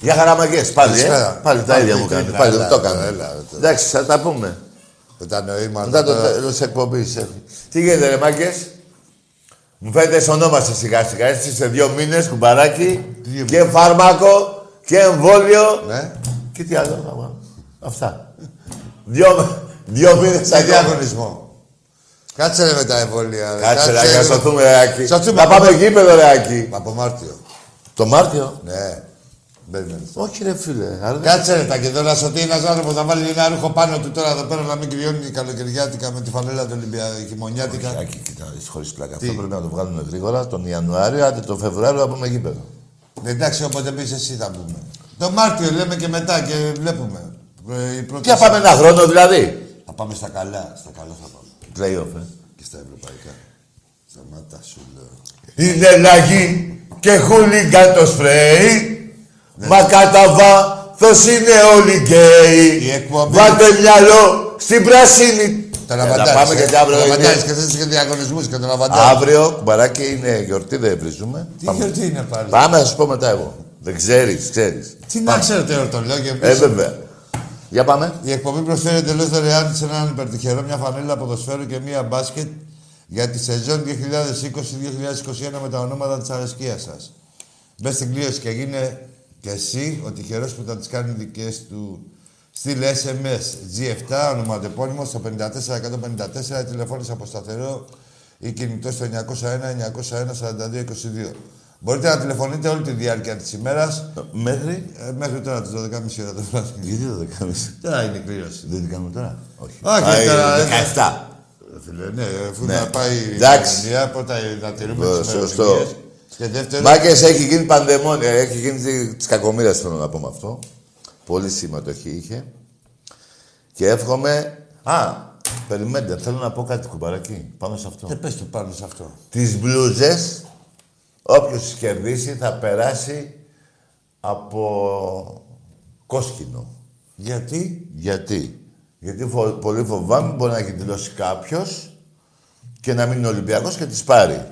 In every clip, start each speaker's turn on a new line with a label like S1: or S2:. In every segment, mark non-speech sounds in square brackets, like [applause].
S1: Για χαραμαγκές, πάλι, ε.
S2: Καλησπέρα.
S1: Πάλι τα
S2: Πάλι
S1: ίδια
S2: το
S1: μου
S2: ίδιο,
S1: κάνει.
S2: έλα,
S1: Πάλι
S2: έλα,
S1: το
S2: έλα,
S1: κάνουμε.
S2: έλα, έλα.
S1: Εντάξει, θα τα πούμε.
S2: Με τα νοήματα.
S1: Μετά το
S2: τώρα.
S1: τέλος της εκπομπής. ε. Τι γίνεται, ρε μάγκες. Μου φαίνεται σωνόμαστε σιγά σιγά. Έτσι σε δύο μήνες, κουμπαράκι.
S2: Δύο
S1: Και φάρμακο και εμβόλιο.
S2: Ναι.
S1: Και τι άλλο να πάω. Αυτά. Δύο, δύο μήνες
S2: Σε
S1: ακόμα.
S2: διαγωνισμό. Κάτσε ρε με τα εμβόλια. ρε.
S1: Κάτσε ρε, να
S2: ρε.
S1: σωθούμε ρε Άκη.
S2: Σωθούμε
S1: Να
S2: από
S1: πάμε
S2: Μάρτιο.
S1: γήπεδο ρε Άκη.
S2: Από Μάρτιο.
S1: Το Μάρτιο.
S2: Ναι. Περιμένεις.
S1: Όχι ρε φίλε. άρα δεν-
S2: Κάτσε ρε τα και τώρα σωθεί ένας άνθρωπος να βάλει ένα ρούχο πάνω του τώρα εδώ πέρα να μην κρυώνει καλοκαιριάτικα με τη φανέλα του Ολυμπια... χειμωνιάτικα.
S1: Άκη, κοίτα, χωρίς πλάκα. Δηλαδή, Αυτό πρέπει να το βγάλουμε γρήγορα τον Ιανουάριο, άντε τον Φεβρουάριο να πούμε γήπεδο.
S2: Ναι, Εντάξει, όποτε πεις εσύ θα πούμε. Το Μάρτιο λέμε και μετά και βλέπουμε. Ε, η πρώτη
S1: Τι θα πάμε ένα χρόνο δηλαδή.
S2: Θα πάμε στα καλά. Στα καλά θα πάμε.
S1: Playoff, ε.
S2: Και στα ευρωπαϊκά. Σταμάτα σου λέω.
S1: Είναι λαγή και χούλιγκαν το σπρέι. Μα κατά βάθος είναι όλοι γκέι.
S2: Η εκπομπή-
S1: Βάτε μυαλό στην πράσινη.
S2: Τα
S1: Ε,
S2: λαβαντάρεις.
S1: να πάμε γιατί αύριο είναι...
S2: Λαβαντάρεις και θες ε, και διαγωνισμούς και το λαβαντάρεις.
S1: Αύριο, κουμπαράκι, είναι γιορτή, δεν βρίζουμε.
S2: Τι
S1: Πάμε.
S2: γιορτή είναι πάλι.
S1: Πάμε, θα σου πω μετά εγώ. Δεν ξέρεις, ξέρεις.
S2: Τι να ξέρετε εορτών, λέω και
S1: Ε,
S2: εμείς.
S1: βέβαια. Για πάμε.
S2: Η εκπομπή προσφέρει εντελώς δωρεάν σε έναν υπερτυχερό μια φανέλα ποδοσφαίρου και μια μπάσκετ για τη σεζόν 2020-2021 με τα ονόματα της αρεσκίας σας. Μπες στην κλήρωση και γίνε και εσύ ο τυχερός που θα τις κάνει δικές του. Στείλε SMS G7, ονοματεπώνυμο στο 54154, τηλεφώνησε από σταθερό ή κινητό στο 901-901-4222. Μπορείτε να τηλεφωνείτε όλη τη διάρκεια της ημέρας
S1: Μέχρι.
S2: μέχρι τώρα τις 12.30 ώρα το βράδυ.
S1: Γιατί δεν το κάνεις.
S2: Τώρα είναι η κλήρωση.
S1: Δεν την κάνουμε τώρα. Όχι.
S2: Όχι,
S1: Α,
S2: τώρα,
S1: είναι
S2: ε,
S1: 17.
S2: Ρε Φίλε, ναι, αφού
S1: Ναι.
S2: να πάει η
S1: Εντάξει.
S2: κοινωνία, πρώτα ε, να τηρούμε
S1: Ε,
S2: τις
S1: σωστό.
S2: ημερομηνίες. Και δεύτερον,
S1: Μάγκε έχει γίνει πανδεμόνια, έχει γίνει τη κακομοίρας θέλω να πω με αυτό. Πολύ συμμετοχή είχε. Και εύχομαι... Α, περιμένετε, θέλω να πω κάτι κουμπαράκι πάνω σε αυτό.
S2: Δεν Ε, πες το πάνω σε αυτό.
S1: Τις μπλούζες, όποιος τις κερδίσει θα περάσει από κόσκινο.
S2: Γιατί
S1: Γιατί. Γιατί φο- πολύ φοβάμαι μπορεί να έχει δηλώσει κάποιος και να μην είναι Ολυμπιακός και τη πάρει.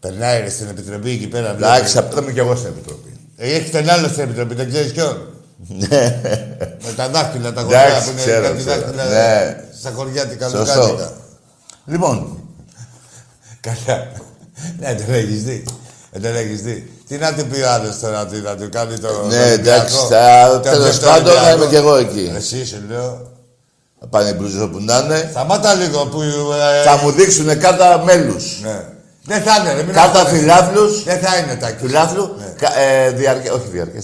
S2: περνάει ρε, στην επιτροπή εκεί πέρα.
S1: Εντάξει, αυτό είμαι κι εγώ στην επιτροπή.
S2: βλέπει. Έχεις τον άλλο στην επιτροπή, δεν ξέρεις ποιον. Με τα δάχτυλα, τα χωριά
S1: Ναι. Εντάξει,
S2: που είναι
S1: ξέρω,
S2: κάτι
S1: ξέρω.
S2: δάχτυλα.
S1: Ναι.
S2: Στα χωριά την
S1: Σωστό.
S2: καλοκάτικα.
S1: Λοιπόν,
S2: Καλά. Ναι, δεν έχεις δει. Ε, Δεν έχεις δει. Τι να του πει ο άλλος τώρα, τι να του κάνει το.
S1: ναι, εντάξει,
S2: Ολυμπιακό.
S1: θα-
S2: Το
S1: τέλο
S2: Ολυμπιακό.
S1: πάντων θα είμαι κι εγώ εκεί.
S2: Εσύ σου λέω.
S1: Θα πάνε οι μπλούζες όπου να είναι.
S2: Σταμάτα λίγο που. ε,
S1: Θα μου δείξουν κάρτα μέλους.
S2: Ναι. Δεν θα είναι, ρε, μην
S1: Κάρτα
S2: αγχώνεσαι.
S1: φιλάθλους.
S2: Δεν θα είναι τα Ναι.
S1: Φιλάθλου. κα- ε, διαρκέ- Όχι διαρκέ.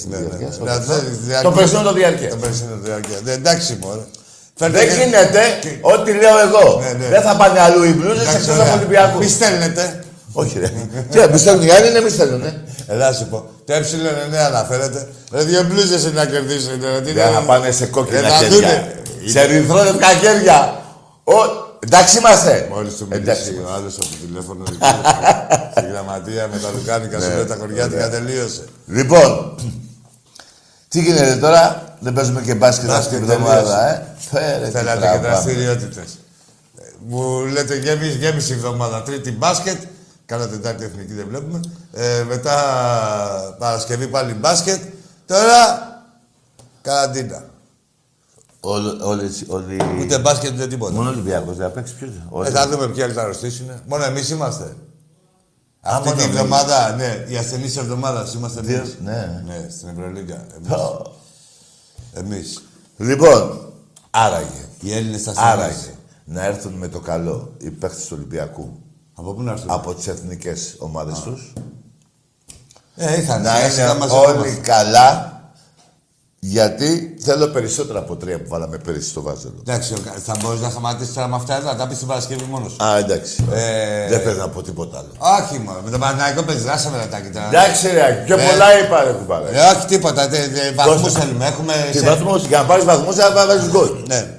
S2: Να θέλεις διάρκεια.
S1: Το περσινό το διαρκέ.
S2: Το περσινό διάρκεια. Ναι, Εντάξει, μωρέ. Φέρτε
S1: Δεν
S2: και-
S1: γίνεται
S2: και-
S1: ό,τι λέω εγώ.
S2: Ναι, ναι.
S1: Δεν θα πάνε αλλού οι μπλούζες
S2: Εντάξει,
S1: εκτός από
S2: ωραία. Ναι.
S1: Ολυμπιακούς.
S2: Μη στέλνετε.
S1: Όχι, ρε. Τι, μη στέλνουν οι άλλοι, είναι μη στέλνουν.
S2: Ναι.
S1: ε.
S2: Ελά σου πω. Το ε ναι αναφέρεται. Ρε δύο μπλούζες είναι να κερδίσουν. ρε, τι
S1: Δεν
S2: να-
S1: θα πάνε σε κόκκινα
S2: Δεν θα
S1: χέρια.
S2: δούνε.
S1: Σε ρηθρόλευκα χέρια. Ο... Εντάξει είμαστε.
S2: Μόλις του
S1: Εντάξει
S2: μιλήσει
S1: είμαστε.
S2: ο άλλος από το τηλέφωνο εκεί, στη γραμματεία με τα λουκάνικα
S1: Ναι,
S2: σου λέει τα χωριάτικα τελείωσε.
S1: Λοιπόν, τι γίνεται τώρα, δεν παίζουμε και μπάσκετ αυτή
S2: Μπάσκετ
S1: την εβδομάδα, ε. Φέρε τι
S2: Θέλατε και
S1: τραβάμε.
S2: δραστηριότητες. Ε, Μου λέτε γέμιση, γέμιση εβδομάδα. Τρίτη μπάσκετ. Καλά Τετάρτη εθνική δεν βλέπουμε. Ε, μετά Παρασκευή πάλι μπάσκετ. Τώρα καραντίνα.
S1: Όλ- Όλοι, όλοι...
S2: Ούτε μπάσκετ ούτε τίποτα.
S1: Μόνο Ολυμπιακός δεν θα παίξει ποιος. όλοι.
S2: Ε, θα δούμε ποιοι άλλοι θα αρρωστήσουν. Μόνο εμείς είμαστε. Αυτή
S1: μόνο
S2: την
S1: εμείς.
S2: εβδομάδα, ναι, οι ασθενεί τη εβδομάδα είμαστε
S1: Δύο-
S2: εμείς.
S1: ναι.
S2: ναι, στην Ευρωλίγκα.
S1: Ω.
S2: Εμείς.
S1: Λοιπόν, άραγε,
S2: Οι Έλληνες ασθενεί.
S1: άραγε να έρθουν με το καλό οι παίκτες του Ολυμπιακού
S2: Από πού να έρθουν.
S1: από τις εθνικές ομάδες τους.
S2: Ε, ήρθαν.
S1: Να
S2: σιγά σιγά
S1: είναι
S2: μας
S1: όλοι
S2: ερχόμαστε.
S1: καλά, γιατί θέλω περισσότερα από τρία που βάλαμε πέρυσι στο Βάζελο.
S2: Εντάξει, ο- θα μπορούσε να σταματήσεις τώρα με αυτά εδώ, να τα πεις στην Παρασκευή μόνος σου.
S1: Α, εντάξει.
S2: Ε,
S1: Δεν θέλω να πω τίποτα άλλο.
S2: Όχι, μόνο. Με τον Παναγιώτο πεζράσα με τα τάκια.
S1: Εντάξει, ρε, πιο
S2: Ναι.
S1: πολλά είπα, ρε, κουμπάρα.
S2: Ε, όχι τίποτα. Βαθμού
S1: Δώστε.
S2: θέλουμε. Έχουμε.
S1: Τι
S2: σε-
S1: βαθμούς, για να πάρεις βαθμούς, θα βάλεις γκολ.
S2: Ναι.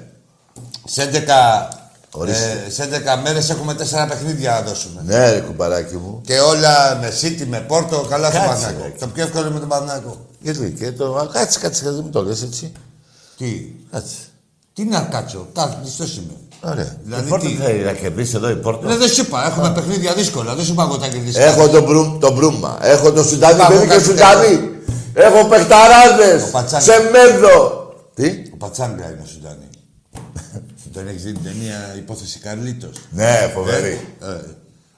S2: Σε 11,
S1: Ορίστε.
S2: ε, σε 11 μέρες έχουμε 4 παιχνίδια να δώσουμε.
S1: Ναι, ρε, κουμπαράκι μου.
S2: Και όλα με City, με Πόρτο, καλά στο
S1: Κάτσε,
S2: Παναγιώτο.
S1: ρε.
S2: Το πιο εύκολο είναι με τον Παναγιώτο.
S1: Γιατί και το. α, Κάτσε, κάτσε, κάτσε, μην το λες έτσι.
S2: Τι.
S1: Κάτσε.
S2: Τι να κάτσω, κάθε πιστό είμαι.
S1: Ωραία.
S2: Δηλαδή
S1: η Πόρτο
S2: τι-
S1: τι Δηλαδή- θέλει να κερδίσει εδώ η
S2: Ναι,
S1: Πόρτο.
S2: δεν σου είπα, έχουμε παιχνίδια δύσκολα. Δεν σου είπα εγώ τα κερδίσεις.
S1: Έχω τον, μπρου, τον Μπρούμα, έχω τον Σουντανί,
S2: Πάμε,
S1: παιδί και
S2: κάτι
S1: Σουντανί. Έχω παιχταράδες,
S2: Ο Πατσάνης.
S1: Σεμέδο. Τι.
S2: Ο Πατσάνγκα είναι ο Σουντανή. [laughs] Τον έχεις δει την ταινία Υπόθεση Καρλίτος.
S1: Ναι, φοβερή.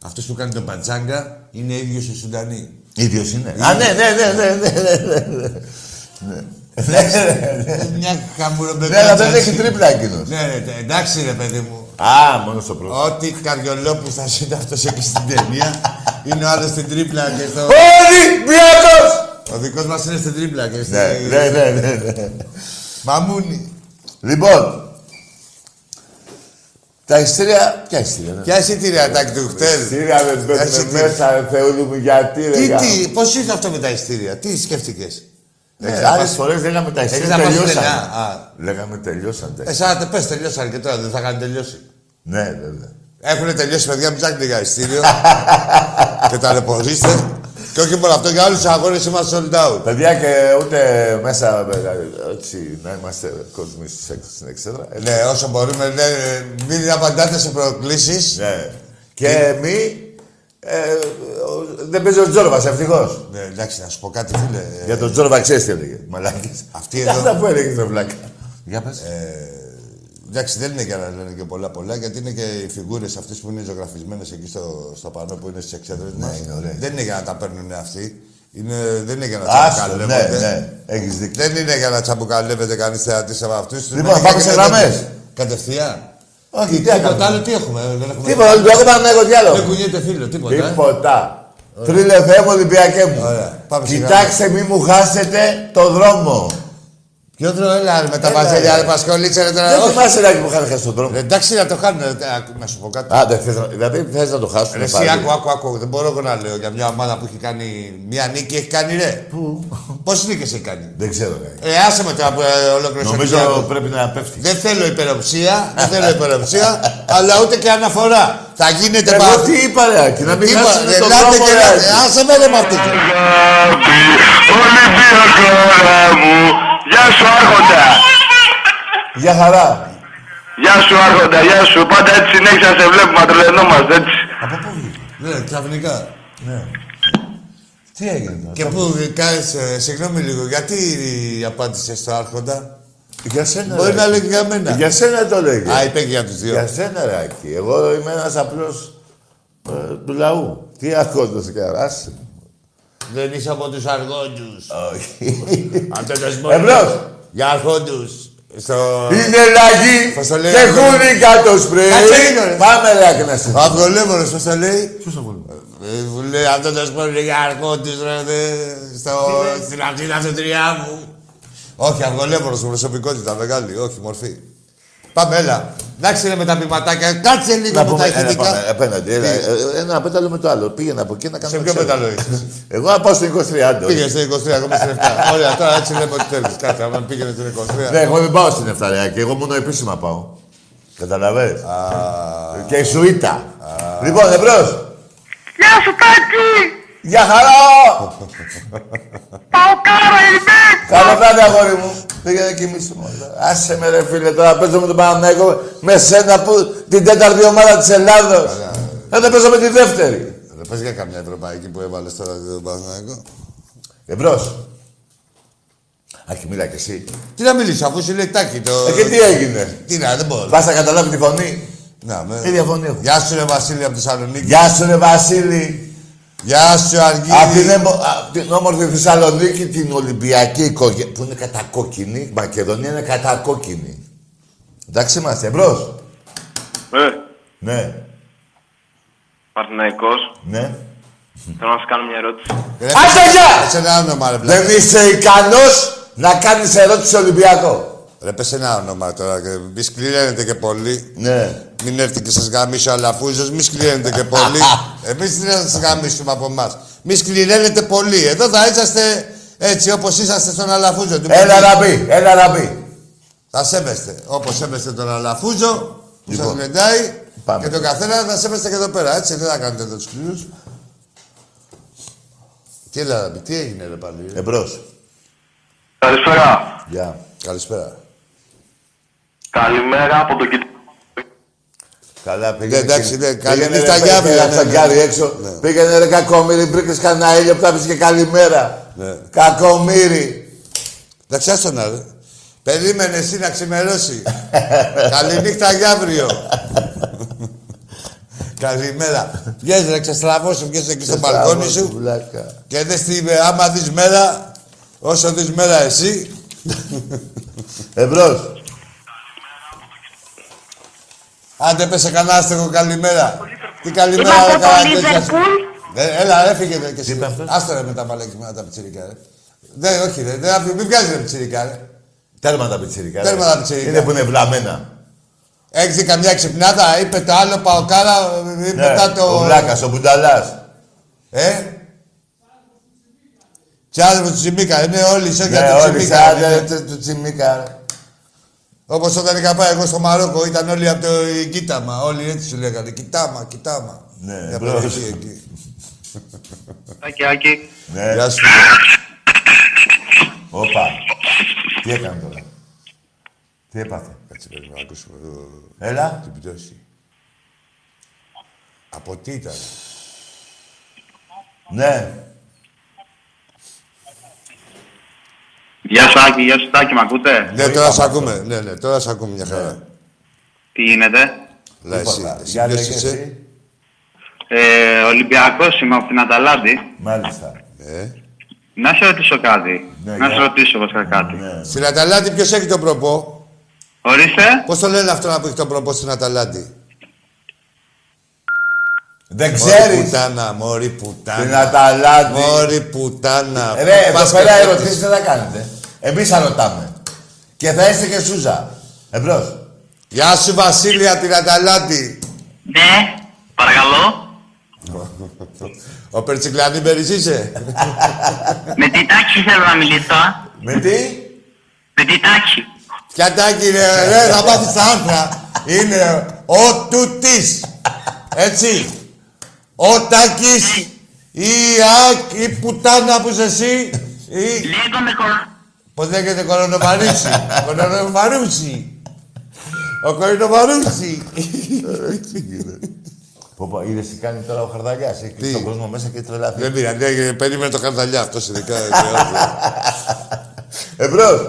S2: Αυτό Ε, που κάνει τον Πατσάγκα είναι ίδιος ο
S1: [laughs]
S2: Σουντανή.
S1: Ίδιος είναι. Α, ναι, ναι, ναι, ναι, ναι, ναι, ναι, ναι.
S2: Μια
S1: Ναι, αλλά δεν
S2: χαμουρομπεκάτσα.
S1: έχει τρίπλα εκείνος.
S2: Ναι, ναι, εντάξει ρε παιδί μου.
S1: Α, μόνο στο πρώτο.
S2: Ό,τι καριολόπους θα σου ήταν αυτός εκεί στην ταινία, είναι ο άλλος στην τρίπλα και στο.
S1: Ολυμπιακός!
S2: Ο δικός μας είναι στην τρίπλα και στην.
S1: Ναι, ναι, ναι, ναι, ναι.
S2: Μαμούνι.
S1: Λοιπόν, τα ειστήρια... Ποια ειστήρια, ναι.
S2: Ποια εισιτήρια τάκ του χτες.
S1: Ειστήρια δεν
S2: ειστήρια.
S1: μπαίνουν μέσα, ρε Θεούλη μου, γιατί ρε
S2: Τι,
S1: γάμο.
S2: τι, πώς ήρθε αυτό με τα εισιτήρια, τι σκέφτηκες. Ε,
S1: Ναι, Άλλες φορές λέγαμε τα
S2: Έχεις
S1: ειστήρια
S2: να πας
S1: τελειώσαν.
S2: στενά, α. Ε.
S1: Λέγαμε τελειώσαν τα ειστήρια.
S2: Εσά πε τελειώσαν και τώρα δεν θα κάνει τελειώσει.
S1: Ναι, βέβαια.
S2: Έχουν τελειώσει παιδιά, μην ψάχνετε για
S1: [laughs]
S2: εισιτήριο. και ταλαιπωρήστε. και όχι μόνο αυτό, για όλους τους αγώνες είμαστε sold out.
S1: Παιδιά και ούτε μέσα, ε, έτσι, να είμαστε κόσμοι στους έξω στην εξέδρα. Ε,
S2: Ναι, όσο μπορούμε, ναι, ε, μην απαντάτε σε προκλήσεις.
S1: Ναι. Και μη... ε, ο- δεν παίζει ο Τζόρβας, ευτυχώς.
S2: Ναι, εντάξει, να σου πω κάτι, φίλε. Ε,
S1: Για τον Τζόρβα ξέρεις τι έλεγε. Μαλάκες.
S2: Αυτή εδώ-
S1: Αυτά που έλεγε το βλάκα. Ε, Για πες.
S2: Εντάξει, δεν είναι για να λένε και πολλά πολλά, γιατί είναι και οι φιγούρες αυτές που είναι ζωγραφισμένες εκεί στο, στο πανό που είναι στις εξέδρες μα.
S1: είναι ωραίες.
S2: Δεν είναι για να τα παίρνουν αυτοί. Είναι, δεν είναι για να
S1: Άστο, ναι,
S2: τσαμπουκαλεύονται.
S1: ναι. Έχεις δίκιο.
S2: Δεν είναι για να τσαμπουκαλεύεται κανείς θεατής από αυτούς.
S1: Λοιπόν, πάμε σε γραμμές.
S2: Κατευθείαν.
S1: Όχι, τι
S2: Τίποτα
S1: έκανα.
S2: άλλο τι έχουμε. Δεν έχουμε.
S1: Τίποτα, Ολυμπιακό Παναγιώτο τι
S2: Δεν
S1: άλλο.
S2: κουνιέται φίλο, τίποτα.
S1: Λοιπόν.
S2: ε.
S1: Τίποτα. Τρίλε Θεέ μου, Ολυμπιακέ μου.
S2: Ωραία. Πάμε σιγά.
S1: Κοιτάξτε, μη μου χάσετε το δρόμο.
S2: Και Πιότρο, έλα ρε, με τα
S1: Έλα,
S2: βαζέλια,
S1: ρε.
S2: ρε Πασχολίτσα, ρε τώρα.
S1: Δεν
S2: Ε, όχι. Ε.
S1: θυμάσαι λάκι που είχαμε χάσει στον
S2: Ρε,
S1: δρόμο.
S2: Εντάξει, να το κάνουν. ρε, άκου, Να σου πω κάτι.
S1: Α, δεν θες να- δηλαδή θες να το
S2: Ρε,
S1: χάσουν
S2: Εσύ, άκου, άκου, άκου. Δεν μπορώ εγώ να λέω για μια ομάδα που έχει κάνει μια νίκη, έχει κάνει ρε. Πού. Πόσες νίκες έχει κάνει.
S1: Δεν ξέρω κάτι.
S2: Ε, άσε με τώρα που ε, ολόκληρος ο
S1: Νομίζω
S2: Ολυμπιακός.
S1: πρέπει να πέφτει.
S2: Δεν θέλω υπεροψία, δεν θέλω υπεροψία, αλλά ούτε και αναφορά. Θα γίνεται
S1: Εγώ
S2: πα-
S1: τι είπα ρε Άκη, να μην
S2: Είπα,
S1: χάσουν
S2: ρε,
S1: τον
S2: λάτε
S1: δρόμο
S2: και
S1: ρε
S2: λάτε.
S1: Άκη.
S2: Άσε με ρε με αυτή.
S3: αγάπη, Ολυμπιακάρα μου. Γεια σου Άρχοντα.
S1: Για χαρά.
S3: Γεια σου Άρχοντα, γεια σου. Πάντα έτσι συνέχεια σε βλέπουμε, τρελαινόμαστε έτσι.
S1: Από πού βγήκε.
S2: Ναι, ξαφνικά.
S1: Ναι. Τι έγινε τώρα.
S2: Και πού κάθεσαι, συγγνώμη λίγο, γιατί απάντησε στο Άρχοντα.
S1: Για σένα
S2: Μπορεί
S1: ρε,
S2: να
S1: Άκη.
S2: λέει και για μένα.
S1: Για σένα το λέγε.
S2: Α, είπε και για τους δύο.
S1: Για σένα ρε Άκη. Εγώ είμαι ένας απλός ε, του λαού. Τι άρχοντας και άσε.
S2: Δεν είσαι από τους αργόντους.
S1: Όχι.
S2: Αν δεν δεσμεύει.
S1: Εμπρός.
S2: Για αρχόντου. Στο.
S1: Ε, Είναι λαγί
S2: Πώς το λέει,
S1: και
S2: Αυγολέμος.
S1: γούνι κάτω σπρέι.
S2: Κάτσε λίγο, ρε.
S1: Πάμε ρε Άκη να σε
S2: Αυγολέμονος, πώς το λέει.
S1: Ποιος αγώνα.
S2: Ε, μου Λέει, αν δεν δεσμεύει, για αρχόντου, ρε. δε, στο- Στην Αθήνα, στο τριάμου. Όχι, αυγολέμονος, προσωπικότητα μεγάλη, όχι μορφή. Πάμε, έλα. Εντάξει, ρε με τα πηματάκια, κάτσε λίγο
S1: Να
S2: με τα
S1: πούμε, έλα, πάμε,
S2: ηχητικά.
S1: απέναντι. έλα, ε, Ένα πέταλο με το άλλο. Πήγαινε από εκεί να
S2: Σε
S1: κάνουμε
S2: ποιο
S1: ξέρω.
S2: μεταλλό
S1: [laughs]
S2: είσαι.
S1: Εγώ να πάω στην 23. όχι.
S2: Πήγε στην 23, ακόμα στην
S1: [laughs]
S2: 7. Ωραία, τώρα έτσι λέμε ότι θέλεις. Κάτσε, άμα πήγαινε στην 23.
S1: Ναι, εγώ δεν πάω στην Εφταρεάκη. Εγώ μόνο επίσημα πάω. Καταλαβαίνεις. Και η σουίτα. Λοιπόν, εμπρός.
S3: Γεια σου Τάκη.
S1: Γεια χαρά!
S3: Παοκάρα είμαι.
S1: Καλό βράδυ, αγόρι μου. Πήγα να κοιμήσω μόνο. Άσε με ρε φίλε, τώρα παίζω με τον Παναμαϊκό με σένα που την τέταρτη ομάδα της Ελλάδος. Θα τα παίζω με τη δεύτερη.
S2: Δεν πες για καμιά ευρωπαϊκή που έβαλες τώρα τον Παναθηναϊκό.
S1: Εμπρός. Αχι, μίλα κι εσύ.
S2: Τι να μιλήσω, αφού σου λέει τάκι το.
S1: Ε, και τι έγινε.
S2: Τι να, δεν μπορώ.
S1: Πας να καταλάβει τη φωνή.
S2: Να, με...
S1: Τι διαφωνία έχω.
S2: Γεια σου, ρε Βασίλη από τη Θεσσαλονίκη.
S1: Γεια σου ρε Βασίλη.
S2: Γεια σου,
S1: Απ' την,
S2: Αργύρι.
S1: εμο- απ' την όμορφη Θεσσαλονίκη, την Ολυμπιακή οικογένεια. Που είναι κατακόκκινη. Η Μακεδονία είναι κατακόκκινη. Εντάξει είμαστε, εμπρός.
S3: Ε,
S1: Ναι,
S3: Παρθυναϊκός,
S1: ναι.
S3: θέλω να σου κάνω μια ερώτηση.
S1: Άντε, γεια!
S2: Πες ένα όνομα, ρε πλάκα.
S1: Δεν είσαι ικανός να κάνεις ερώτηση στο Ολυμπιακό.
S2: Ρε, πες ένα όνομα τώρα. και Μη σκληραίνετε και πολύ.
S1: Ναι.
S2: Μην έρθει και σας γαμίσει ο αλαφούζος, μη σκληραίνετε και
S1: [laughs]
S2: πολύ. Εμείς τι να σας γαμίσουμε από εμάς. Μη σκληραίνετε πολύ. Εδώ θα είσαστε έτσι όπως είσαστε στον αλαφούζο. του
S1: Έλα
S2: Μουντή.
S1: να μπει, έλα να μπει.
S2: Θα σέβεστε. Όπως σέβεστε τον Αλαφούζο που
S1: Λοιπόν.
S2: σα μεντάει
S1: Πάμε.
S2: και τον καθένα θα σέβεστε και εδώ πέρα. Έτσι δεν θα κάνετε εδώ τους κλήρου. Τι έλα, ρε, τι έγινε ρε πάλι. ε? ρε.
S1: Εμπρός.
S3: Καλησπέρα.
S1: Γεια.
S2: Καλησπέρα.
S3: Καλημέρα από τον Κιτ.
S1: Καλά, πήγαινε.
S2: εντάξει,
S1: πήγαινε.
S2: ναι, καλή
S1: Πήγαινε,
S2: νύχτα,
S1: ρε,
S2: Γιάβη,
S1: πήγαινε,
S2: ναι,
S1: ένα
S2: ναι,
S1: τσαγκάρι
S2: ναι.
S1: έξω.
S2: Ναι.
S1: Πήγαινε ρε κακομύρι, βρήκες κανένα ήλιο, πτάπησε και καλημέρα.
S2: Ναι.
S1: Κακομύρι.
S2: Εντάξει, άστο να ρε. Περίμενε εσύ να
S1: [laughs]
S2: ξημερώσει. Καληνύχτα για αύριο. Καλημέρα. Βγες ρε, ξεστραβώσου, βγες εκεί στο μπαλκόνι σου.
S1: Βλάκα.
S2: Και δες τι είμαι, άμα δεις μέρα, όσο δεις μέρα εσύ,
S1: Εμπρός.
S2: άντε πέσε κανένα άστεγο καλημέρα. Τι καλημέρα,
S4: Είμαι
S2: ρε,
S4: από το
S2: καλά τέτοια.
S4: Λίβερπουλ.
S2: Ε, Έλα, έφυγε και εσύ.
S1: είπε αυτός?
S2: Άστο ρε με τα παλέκισμένα τα πιτσιρικά, ρε. Δεν, όχι, ρε, δεν, αφ- μην βγάζει ρε πιτσιρικά, ρε.
S1: Τέρμα τα πιτσιρικά.
S2: Τέρμα
S1: ρε.
S2: τα πιτσιρικά.
S1: Είναι που είναι βλαμμένα.
S2: Έχεις δει καμιά ξυπνάδα, είπε το άλλο παοκάρα, ε,
S1: Ναι,
S2: μετά το...
S1: Ο Βλάκας, ο Μπουνταλάς.
S2: Ε. Και άνθρωπο του Τσιμίκα, είναι όλοι σε
S1: Ναι,
S2: για τον
S1: όλοι
S2: Τσιμίκα.
S1: σαν
S2: είναι.
S1: ε, τε- του Τσιμίκα. ρε.
S2: Όπως όταν είχα πάει εγώ στο Μαρόκο, ήταν όλοι από το η Κίταμα. Όλοι έτσι σου λέγανε. Κιτάμα, Κιτάμα.
S1: Ναι,
S2: Μια
S1: μπρος.
S2: περιοχή εκεί.
S3: Άκη, Άκη.
S1: Ναι.
S2: Γεια σου.
S1: Όπα. Τι έκανε τώρα. Τι έπαθε.
S2: Κάτσε πρέπει να ακούσουμε εδώ
S1: Έλα.
S2: την πτώση. Από τι ήταν.
S1: Ναι.
S3: Γεια σου Άκη, γεια σου Τάκη, μ' ακούτε.
S2: Ναι, τώρα σε ακούμε. Ναι, ναι, τώρα σε ακούμε μια χαρά.
S3: Τι γίνεται.
S2: Λα εσύ.
S1: Τίποτα. Λοιπόν,
S2: Εσύ
S1: Για
S2: ποιος
S1: λέγε
S2: είσαι.
S1: εσύ.
S3: Ε, Ολυμπιακός είμαι από την Αταλάντη.
S1: Μάλιστα.
S2: Ε.
S3: Να σε ρωτήσω κάτι.
S1: Ναι,
S3: να
S1: για.
S3: σε ρωτήσω βασικά κάτι.
S1: Ναι.
S2: Στην Αταλάντη ποιος έχει τον προπό.
S3: Ορίστε.
S2: Πώς το λένε αυτό να που έχει τον προπό στην Atlantic?
S1: Δεν
S2: Μωρή
S1: ξέρεις.
S2: πουτάνα, μωρή
S1: Την
S2: πουτάνα.
S1: Αταλάντη. Ε,
S2: Μωρή πουτάνα.
S1: Ρε, εδώ
S2: Πας
S1: πέρα
S2: και
S1: ερωτήσεις
S2: τέτοις.
S1: δεν θα κάνετε. Εμείς θα ρωτάμε.
S2: Και θα είστε και Σούζα. Εμπρός. Γεια σου Βασίλεια την Αταλάντη.
S3: Ναι, παρακαλώ.
S2: Ο Περτσικλανή Μπεριζίζε.
S3: Με τι τάξη θέλω να μιλήσω. α?
S2: Με τι.
S3: Με τι τάξη.
S2: Ποια τάκη ρε, ρε, θα πάθεις τα άρθρα. Είναι ο τούτης. Έτσι. Ο τάκης ή η ακ ή πουτάνα που είσαι εσύ. Ή...
S3: Λίγο με κορ...
S2: Πώς λέγεται κορονοβαρούτσι. Κορονοβαρούτσι. Ο κορονοβαρούτσι.
S1: Πω, πω, είδες τι κάνει τώρα ο Χαρδαλιάς. Έχει κλείσει τον κόσμο μέσα και τρελαθεί.
S2: Δεν πειράζει, δεν- περίμενε το καρδαλιά αυτός ειδικά.
S1: Εμπρός.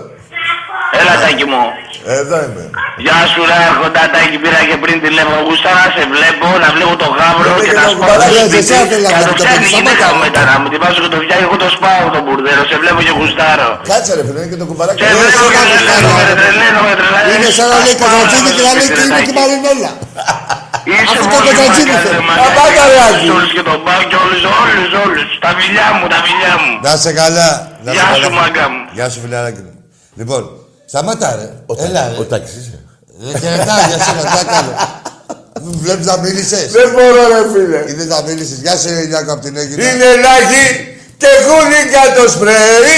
S3: Έλα τάκι μου.
S1: Εδώ είμαι.
S3: Γεια σου ρε αρχοντά τάκι πήρα και πριν τηλέφωνο. Γούστα να σε βλέπω, να βλέπω το γάβρο
S2: Βρήκε
S3: και να
S2: το
S3: σπάω το
S2: κουμπαράκι, εσύ
S3: σπίτι.
S2: ήθελα να
S3: Να το
S2: το
S3: φτιάχνει η
S2: παίξεις,
S3: γυναίκα
S2: σταμάτα.
S3: μου μετά να μου τη βάζω και το φτιάχνει, εγώ το σπάω το μπουρδέρο. Σε βλέπω και γουστάρω.
S1: Κάτσε ρε φίλε, είναι και το κουμπαράκι.
S3: Σε
S1: Ε,
S3: βλέπω
S1: σε
S3: και
S1: κάτι κάνω.
S3: τρελαίνομαι, ρε, τρελαίνομαι, τρελαίνομαι.
S2: Είναι σαν να λέει
S3: Πάρα
S2: κοκοτσίνη και να
S3: πολύ
S2: λέει τι είναι
S3: τρελάκι.
S2: και η μαρινέλα.
S3: Είσαι
S2: Αυτό
S3: πολύ
S2: το κατσίνι
S3: μακάρι,
S2: θέλω.
S3: ρε, μακάρι.
S2: Να πάει καλά, Άκη.
S3: Όλους και τον πάω και όλους, όλους, όλους. Τα μιλιά μου, τα μιλιά μου.
S2: Να σε καλά. να σε
S3: Γεια
S2: καλά,
S3: σου,
S2: φίλε.
S3: μάγκα μου.
S2: Γεια σου, φιλαράκι μου. Λοιπόν, σταμάτα ρε.
S1: Ο Τάκης-
S2: Έλα ρε.
S1: Ο Τάκης είσαι.
S2: Δεν χαιρετάω για σένα, τι να κάνω. Βλέπεις να μίλησες.
S1: μπορώ ρε φίλε.
S2: Είδες να μίλησες. Γεια σου, Ελιάκο, απ' την Αίγυπτο.
S1: Είναι λάχη και γούλικα το σπρέι.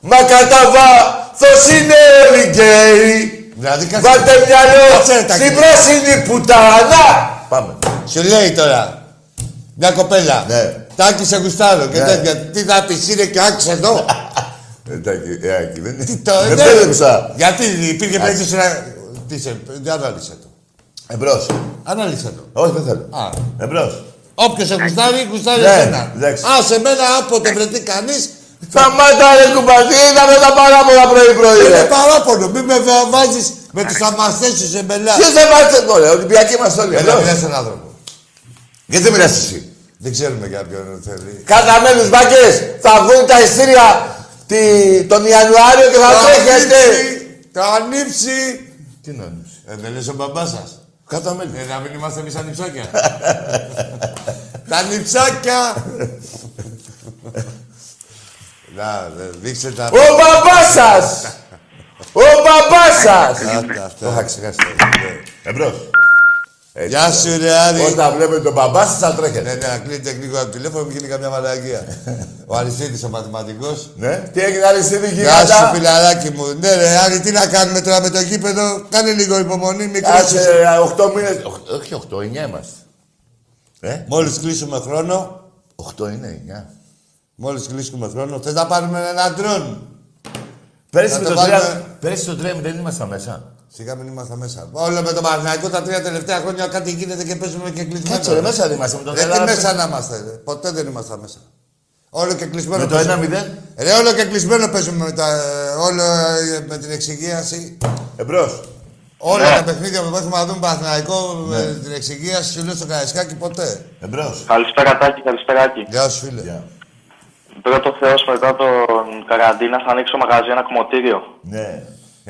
S1: Μα κατά βάθος είναι όλοι γκέι.
S2: Δηλαδή, κάτσε.
S1: Βάλτε μυαλό
S2: Κάτσε, ρε, Τάκη.
S1: στην πράσινη πουτάνα. Πάμε.
S2: Σου λέει τώρα. Μια κοπέλα.
S1: Ναι.
S2: Τάκη σε γουστάρω και
S1: Ναι.
S2: τέτοια. Τι θα πεις, είναι και άκουσε
S1: [laughs]
S2: εδώ.
S1: Εντάξει, ε, Άκη, δεν
S2: Τι το
S1: Δεν
S2: ναι.
S1: μπέρδεψα.
S2: Γιατί υπήρχε
S1: Άκη.
S2: περίπτωση να... Τι σε, δεν ανάλυσε το.
S1: Εμπρός.
S2: Ανάλυσε το.
S1: Όχι, δεν θέλω.
S2: Α.
S1: Εμπρός.
S2: Όποιος σε γουστάρει, γουστάρει
S1: Ναι,
S2: εσένα.
S1: εντάξει.
S2: Α, σε μένα, όποτε βρεθεί κανείς,
S1: Σταμάτα ρε κουμπατή, είδαμε τα παράπονα πρωί πρωί
S2: είναι
S1: ρε.
S2: παράπονο. Μην με βάζεις με τους αμαστές σου σε μπελά.
S1: Ποιος δεν μάτσε εδώ ρε, Ολυμπιακοί είμαστε όλοι.
S2: Έλα,
S1: εμπρός.
S2: μιλάς έναν άνθρωπο.
S1: Γιατί δεν μιλάς εσύ.
S2: Δεν ξέρουμε για ποιον θέλει.
S1: Καταμένους μπακές, θα βγουν τα ειστήρια τη- τον Ιανουάριο και θα τρέχετε.
S2: Το ανήψει!
S1: Τι να νιώσεις.
S2: Ε, δεν λες ο μπαμπάς σας.
S1: Καταμένους.
S2: Ε, να μην είμαστε εμείς ανιψάκια. [laughs] Τα νιψάκια! Να, δε, δείξε τα...
S1: Ο μπαμπάς σας. Ο μπαμπάς σας.
S2: Αυτά, αυτά. Ε,
S1: Το είχα ξεχάσει. Εμπρός.
S2: Γεια σου, ρε Άρη.
S1: Όταν βλέπετε τον μπαμπά σας θα
S2: Ναι,
S1: τρέχετε.
S2: ναι, να κλείνετε γρήγορα το τηλέφωνο, μην γίνει καμιά [laughs] μαλακία. ο Αριστίδης, ο μαθηματικός.
S1: Ναι. Τι έγινε αριστερή
S2: Γεια σου,
S1: γίγαντα.
S2: φιλαράκι μου. Ναι, ρε, Άρη, τι να κάνουμε τώρα με το γήπεδο. Κάνε λίγο υπομονή, μην κλείσεις.
S1: Κάτσε 8 ε, μήνες. Οχ- Όχι 8, 9 είμαστε. Ε,
S2: Μόλις κλείσουμε χρόνο,
S1: 8 είναι 9.
S2: μόλις κλείσουμε χρόνο, θες να πάρουμε έναν ντρόν.
S1: Πέρσι
S2: Να
S1: με
S2: το
S1: το
S2: βάλουμε-
S1: 3 πέρσι το 3 δεν ήμασταν μέσα.
S2: Σιγά μην είμαστε μέσα. Όλο με το Παναθηναϊκό τα τρία τελευταία χρόνια κάτι γίνεται και παίζουμε και κλεισμένο.
S1: Κάτσε ρε, μέσα δεν ήμασταν με το
S2: Ρε, τι
S1: Δελάρ-
S2: μέσα να είμαστε. Ρε. Ποτέ δεν είμαστε μέσα. Όλο και κλεισμένο.
S1: Με το
S2: παίζουμε.
S1: 1-0.
S2: Ρε, όλο και κλεισμένο παίζουμε με, τα, όλο, ε, με την εξυγίαση.
S1: Εμπρός.
S2: Όλα
S5: Ναι.
S2: τα παιχνίδια που έχουμε να δούμε Παναθηναϊκό με
S1: Ναι.
S2: την εξυγίαση σου λέω στο Καραϊσκάκι ποτέ.
S1: Εμπρός.
S6: Καλησπέρα Τάκη, καλησπέρα Άκη.
S2: Γεια σου φίλε.
S1: Γεια.
S6: Πρώτο Θεός μετά τον καραντίνας θα ανοίξω μαγαζί, ένα κομμωτήριο.
S1: Ναι.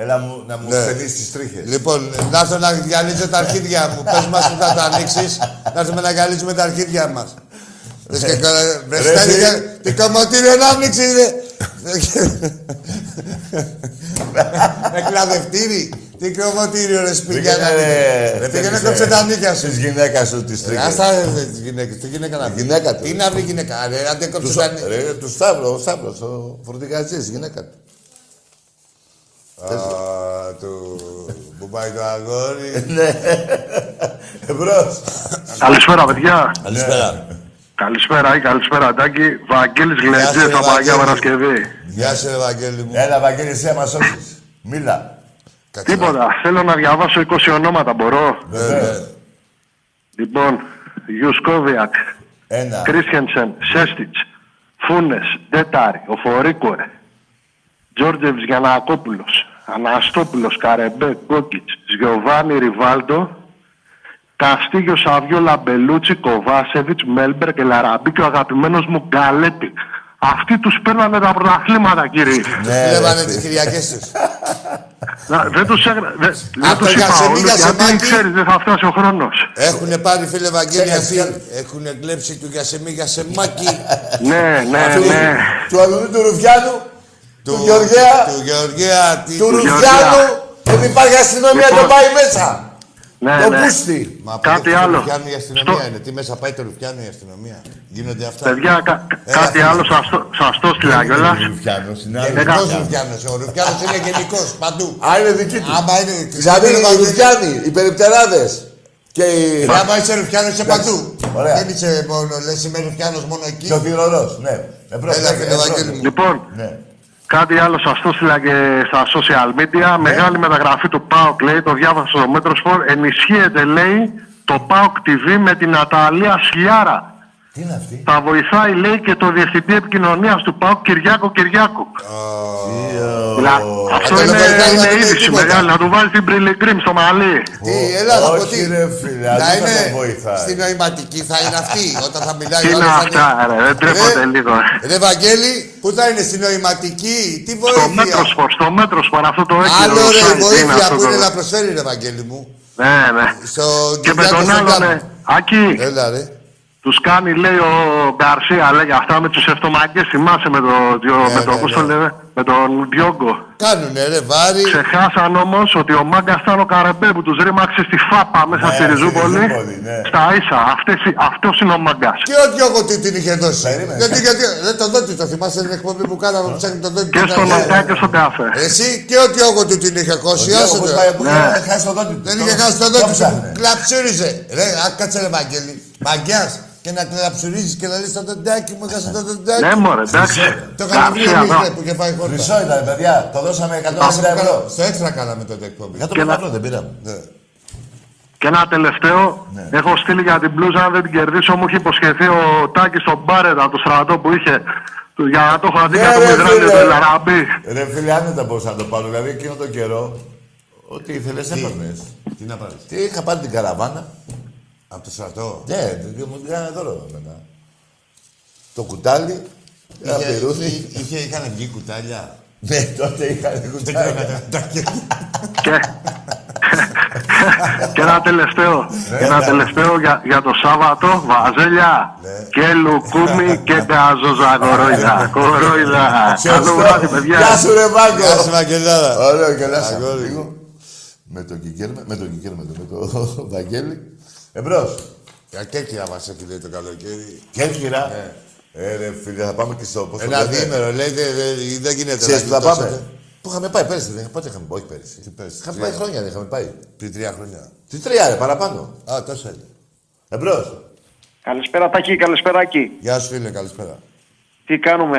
S1: Έλα μου, να μου
S2: Ναι.
S1: στενείς τις τρίχες.
S2: Λοιπόν, ε, να έρθω να γυαλίζω τα αρχίδια μου. Πες μας που θα τα ανοίξεις, να έρθουμε να γυαλίζουμε τα αρχίδια μας. Λες και καλά, βρες
S1: Ρε,
S2: Στέλι,
S1: εσύ.
S2: κα- τι κομμωτήριο να ανοίξεις, ρε. Με κλαδευτήρι. Τι κομμωτήριο, ρε σπίτια να ανοίξεις. Ρε, Πήγαινε κόψε τα νύχια σου.
S1: Της γυναίκας σου τις
S2: Ρε,
S1: τρίχες.
S2: Άστα ρε, τις γυναίκες, τι γυναίκα να βρει.
S1: γυναίκα του.
S2: Τι να βρει γυναίκα, ρε, άντε κόψε τα νύχια.
S1: Ρε, τους Σταύρος, ο Σταύρος, ο φορτηγατζής, γυναίκα του.
S2: Α, του... Που πάει το αγόρι.
S1: Ναι. Εμπρός.
S5: Καλησπέρα, παιδιά.
S1: Καλησπέρα.
S2: Ναι.
S5: Καλησπέρα ή καλησπέρα, Τάκη. Βαγγέλης
S2: Γεια σου,
S5: Γλεντζέ, τα Παγιά
S2: Βαγγέλη.
S5: Παρασκευή.
S2: Γεια σου, Ευαγγέλη μου.
S1: Έλα, Βαγγέλη, εσύ μας σώσεις. Μίλα.
S2: Κάτσε,
S5: Τίποτα. Θέλω να διαβάσω 20 ονόματα, μπορώ.
S2: ρε. Ναι, ναι.
S5: Λοιπόν, Γιουσκόβιακ,
S1: Ένα.
S5: Κρίσχενσεν, Σέστιτς, Φούνες, Ντέταρη, Οφορίκορε, Τζόρτζεβ Γιανακόπουλος, Αναστόπουλος, Καρεμπέ, Κόκκιτς, Γιωβάνι Ριβάλτο, Καστίγιο Σαβιό Λαμπελούτσι, Κοβάσεβιτ, Μέλμπερ και Λαραμπή και ο αγαπημένος μου Γκαλέτη. Αυτοί τους παίρνανε τα πρωταθλήματα, κύριε.
S2: Τους Κλέβανε τις Κυριακές τους.
S5: Να- δεν τους έγρα... δεν- Δεν
S2: Από
S5: τους
S2: τον
S5: είπα
S2: Κασεμίρα
S5: όλους,
S2: σε
S5: γιατί
S2: Μάκη.
S5: ξέρεις, δεν θα φτάσει ο χρόνος.
S2: Έχουνε πάρει φίλε Ευαγγέλη
S1: Ξέχασε
S2: αυτοί.
S1: άλλο.
S2: Έχουνε
S1: [laughs]
S2: κλέψει του Γιασεμί Γιασεμάκη.
S5: ναι, ναι, ναι.
S1: Του Αντωνίου του Ρουφιάνου
S2: του,
S1: του Γεωργέα,
S2: του Γεωργέα, τι-
S1: του
S2: του-
S1: Ρουφιάνου και μην υπάρχει αστυνομία,
S5: Λοιπόν.
S1: το πάει μέσα.
S5: Ναι,
S1: Το
S5: ναι.
S1: πούστη.
S2: Μα
S5: Κάτι
S2: αποδέχεται
S5: άλλο.
S2: το Ρουφιάνου η αστυνομία
S5: Στο-
S2: είναι. Τι μέσα πάει το Ρουφιάνου η αστυνομία. Γίνονται αυτά.
S5: Παιδιά, κα-
S2: Έλα,
S5: κάτι
S2: φίλε.
S5: άλλο σαστό, σαστό στείλα κιόλας.
S1: Ρουφιάνος, είναι άλλο.
S2: Γενικός
S5: Δεκάτα.
S2: Ρουφιάνος. Ο Ρουφιάνος είναι γενικός παντού.
S1: Α, είναι δική του.
S2: Άμα είναι...
S1: Δηλαδή οι Ρουφιάνοι, οι περιπτεράδες και οι...
S2: Ε, Άμα είσαι Ρουφιάνος είσαι παντού.
S1: Ωραία.
S2: Δεν είσαι μόνο, λες είμαι Ρουφιάνος μόνο εκεί.
S1: Και ο Φιρορός, ναι. Ευρώ,
S2: Έλα,
S1: ναι,
S2: φίλε,
S1: ευρώ.
S2: Βαγγέλη μου.
S5: Λοιπόν,
S1: Ναι.
S5: κάτι άλλο σαστό στείλα και στα social media. Μεγάλη μεταγραφή του ΠΑΟΚ λέει, το διάβασα στο Μέτροσπορ. Ενισχύεται λέει το ΠΑΟΚ TV με την Αταλία Σιλιάρα.
S1: Τι είναι αυτή.
S5: Θα βοηθάει λέει και το Διευθυντή Επικοινωνίας του ΠΑΟΚ Κυριάκο Κυριάκο. Να- Αυτό
S2: Ε,
S5: είναι,
S2: το βοηθάει να
S5: είναι
S2: μην λέει
S5: είδηση
S2: τίποτα.
S5: μεγάλη. Να του βάλει την πριλιγκρίμ στο μαλλί.
S2: Τι, έλα, να πω
S1: Λοιπόν, Όχι
S2: τι.
S1: ρε φίλε,
S2: Να
S1: ας μην θα τον
S2: είναι
S1: βοηθάει.
S2: στην νοηματική, θα είναι αυτή όταν θα μιλάει.
S5: Τι
S2: ο
S5: είναι
S2: άλλος θα
S5: αυτά, ε? ρε, δεν τρέπονται λίγο. ε.
S2: Ρε Βαγγέλη, πού θα είναι, στην νοηματική, τι
S5: Στο
S2: βοήθεια.
S5: μέτροσπορ, στο μέτροσπορ αυτό το έκυρο.
S2: Άλλο ρε
S5: site είναι
S2: βοήθεια
S5: αυτό
S2: που
S5: το-
S2: είναι να προσφέρει ρε Βαγγέλη μου.
S5: Ναι, ναι.
S2: Στο
S5: Και με
S2: Κυριάκο
S5: τον
S2: στον
S5: άλλον,
S2: Κάλο.
S5: ναι. Άκη,
S2: Έλα ρε.
S5: τους κάνει λέει ο Γκαρσία, λέει αυτά με τους ευτομαγκές, θυμάσαι με, το, δυο-
S2: Ναι,
S5: με, το,
S2: ναι,
S5: πώς
S2: ναι.
S5: το λένε, με τον Διόγκο.
S2: Κάνουνε ρε βάρη.
S5: Ξεχάσαν όμως ότι ο μάγκας ήταν ο Καρεμπέ που τους ρήμαξε στη φάπα μέσα
S1: Ναι,
S5: στη
S1: στη
S5: Ριζούπολη.
S1: Ριζούπολη, ναι.
S5: Στα ίσα. Αυτός είναι ο μάγκας.
S2: Και ο Διόγκο τι την είχε δώσει. Δεν την γιατί- δεν το δότη, το θυμάσαι την εκπομπή που κάναμε που ψάχνει το δότη.
S5: Και στον Αγκά και στον Κάφε.
S2: Εσύ και ο Διόγκο του την είχε κόσει. άσε το.
S1: Ναι. Χάσει το δόντι του.
S2: Δεν
S1: Το-
S2: είχε χάσει το δότη
S1: το
S2: σου.
S1: ψάχνε.
S2: Κλαψούριζε. Ρε, α, κάτσε ρε Βαγγέλη. Μαγκιάς. Και να κλαψουρίζεις και να λες το δοντάκι μου, έχασε το δοντάκι.
S5: Ναι, μωρέ, εντάξει.
S2: Ε, Το είχαμε βρει
S5: Κάψε,
S2: εμείς
S5: ανά.
S2: ρε, που είχε πάει χόρτα.
S1: Χρυσό ήταν, παιδιά. Το δώσαμε 150 ευρώ.
S2: Στο έξτρα κάναμε τότε εκπομπή.
S1: Για το
S5: Και να-
S1: ευρώ δεν πήραμε.
S2: Ναι.
S5: Και ένα τελευταίο. Έχω στείλει για την μπλούζα. Αν δεν την κερδίσω, μου έχει υποσχεθεί ο Τάκης στον Μπάρετα, το στρατό που είχε. του- Για να το έχω αντί
S1: Ναι,
S5: για το
S1: ρε,
S5: Μιδράνιο
S1: φίλε.
S5: του Λαραμπή.
S1: Ρε φίλε, άνετα πώ θα το πάρω. Δηλαδή εκείνο τον καιρό, ό,τι ήθελες έπαιρνες.
S2: Τι να πάρεις.
S1: Τι είχα πάρει την καραβάνα.
S2: Από το στρατό.
S1: Ναι, και μου την έκανε δώρο μετά. Το κουτάλι, ένα
S2: Είχε-
S1: πυρούδι.
S2: είχε- είχε- Είχαν βγει κουτάλια.
S1: Ναι, τότε είχα κουτάλι.
S5: Και... [laughs] και ένα τελευταίο. ένα τελευταίο για, για το Σάββατο. Βαζέλια
S1: Ναι.
S5: και Λουκούμι και Γκάζοζα κορόιδα. Κορόιδα. Καλό βράδυ, παιδιά.
S1: Γεια σου ρε
S2: Γεια σου
S1: Μάκο.
S2: Βαγγελάρα.
S1: Ωραίο και λάσα.
S2: Αγόρι
S1: Λίγο. Με τον Κικέρμε, με τον Κικέρμε, με τον [laughs] Βαγγέλη. Εμπρός.
S2: Για Ε, κέρκυρα μας έχει λέει το καλοκαίρι. Ναι.
S1: Κέρκυρα. Ε, ρε φίλε, θα πάμε και στο πώς το
S2: Ένα
S1: λέτε.
S2: διήμερο λέει δεν δε, δεν γίνεται.
S1: Ξέρεις
S2: να
S1: που θα
S2: γλιτώσετε.
S1: πάμε. Πού είχαμε πάει πέρσι, δεν είχα- πότε είχαμε πάει, όχι πέρσι.
S2: πέρσι,
S1: Είχαμε
S2: τρία.
S1: πάει χρόνια, δεν είχαμε πάει.
S2: Πριν τρία χρόνια.
S1: Τι τρία, ρε, παραπάνω.
S2: Α, τόσο είναι.
S1: Εμπρός.
S7: Καλησπέρα Τάκη, καλησπέρα Άκη.
S2: Γεια σου φίλε, καλησπέρα.
S7: Τι κάνουμε.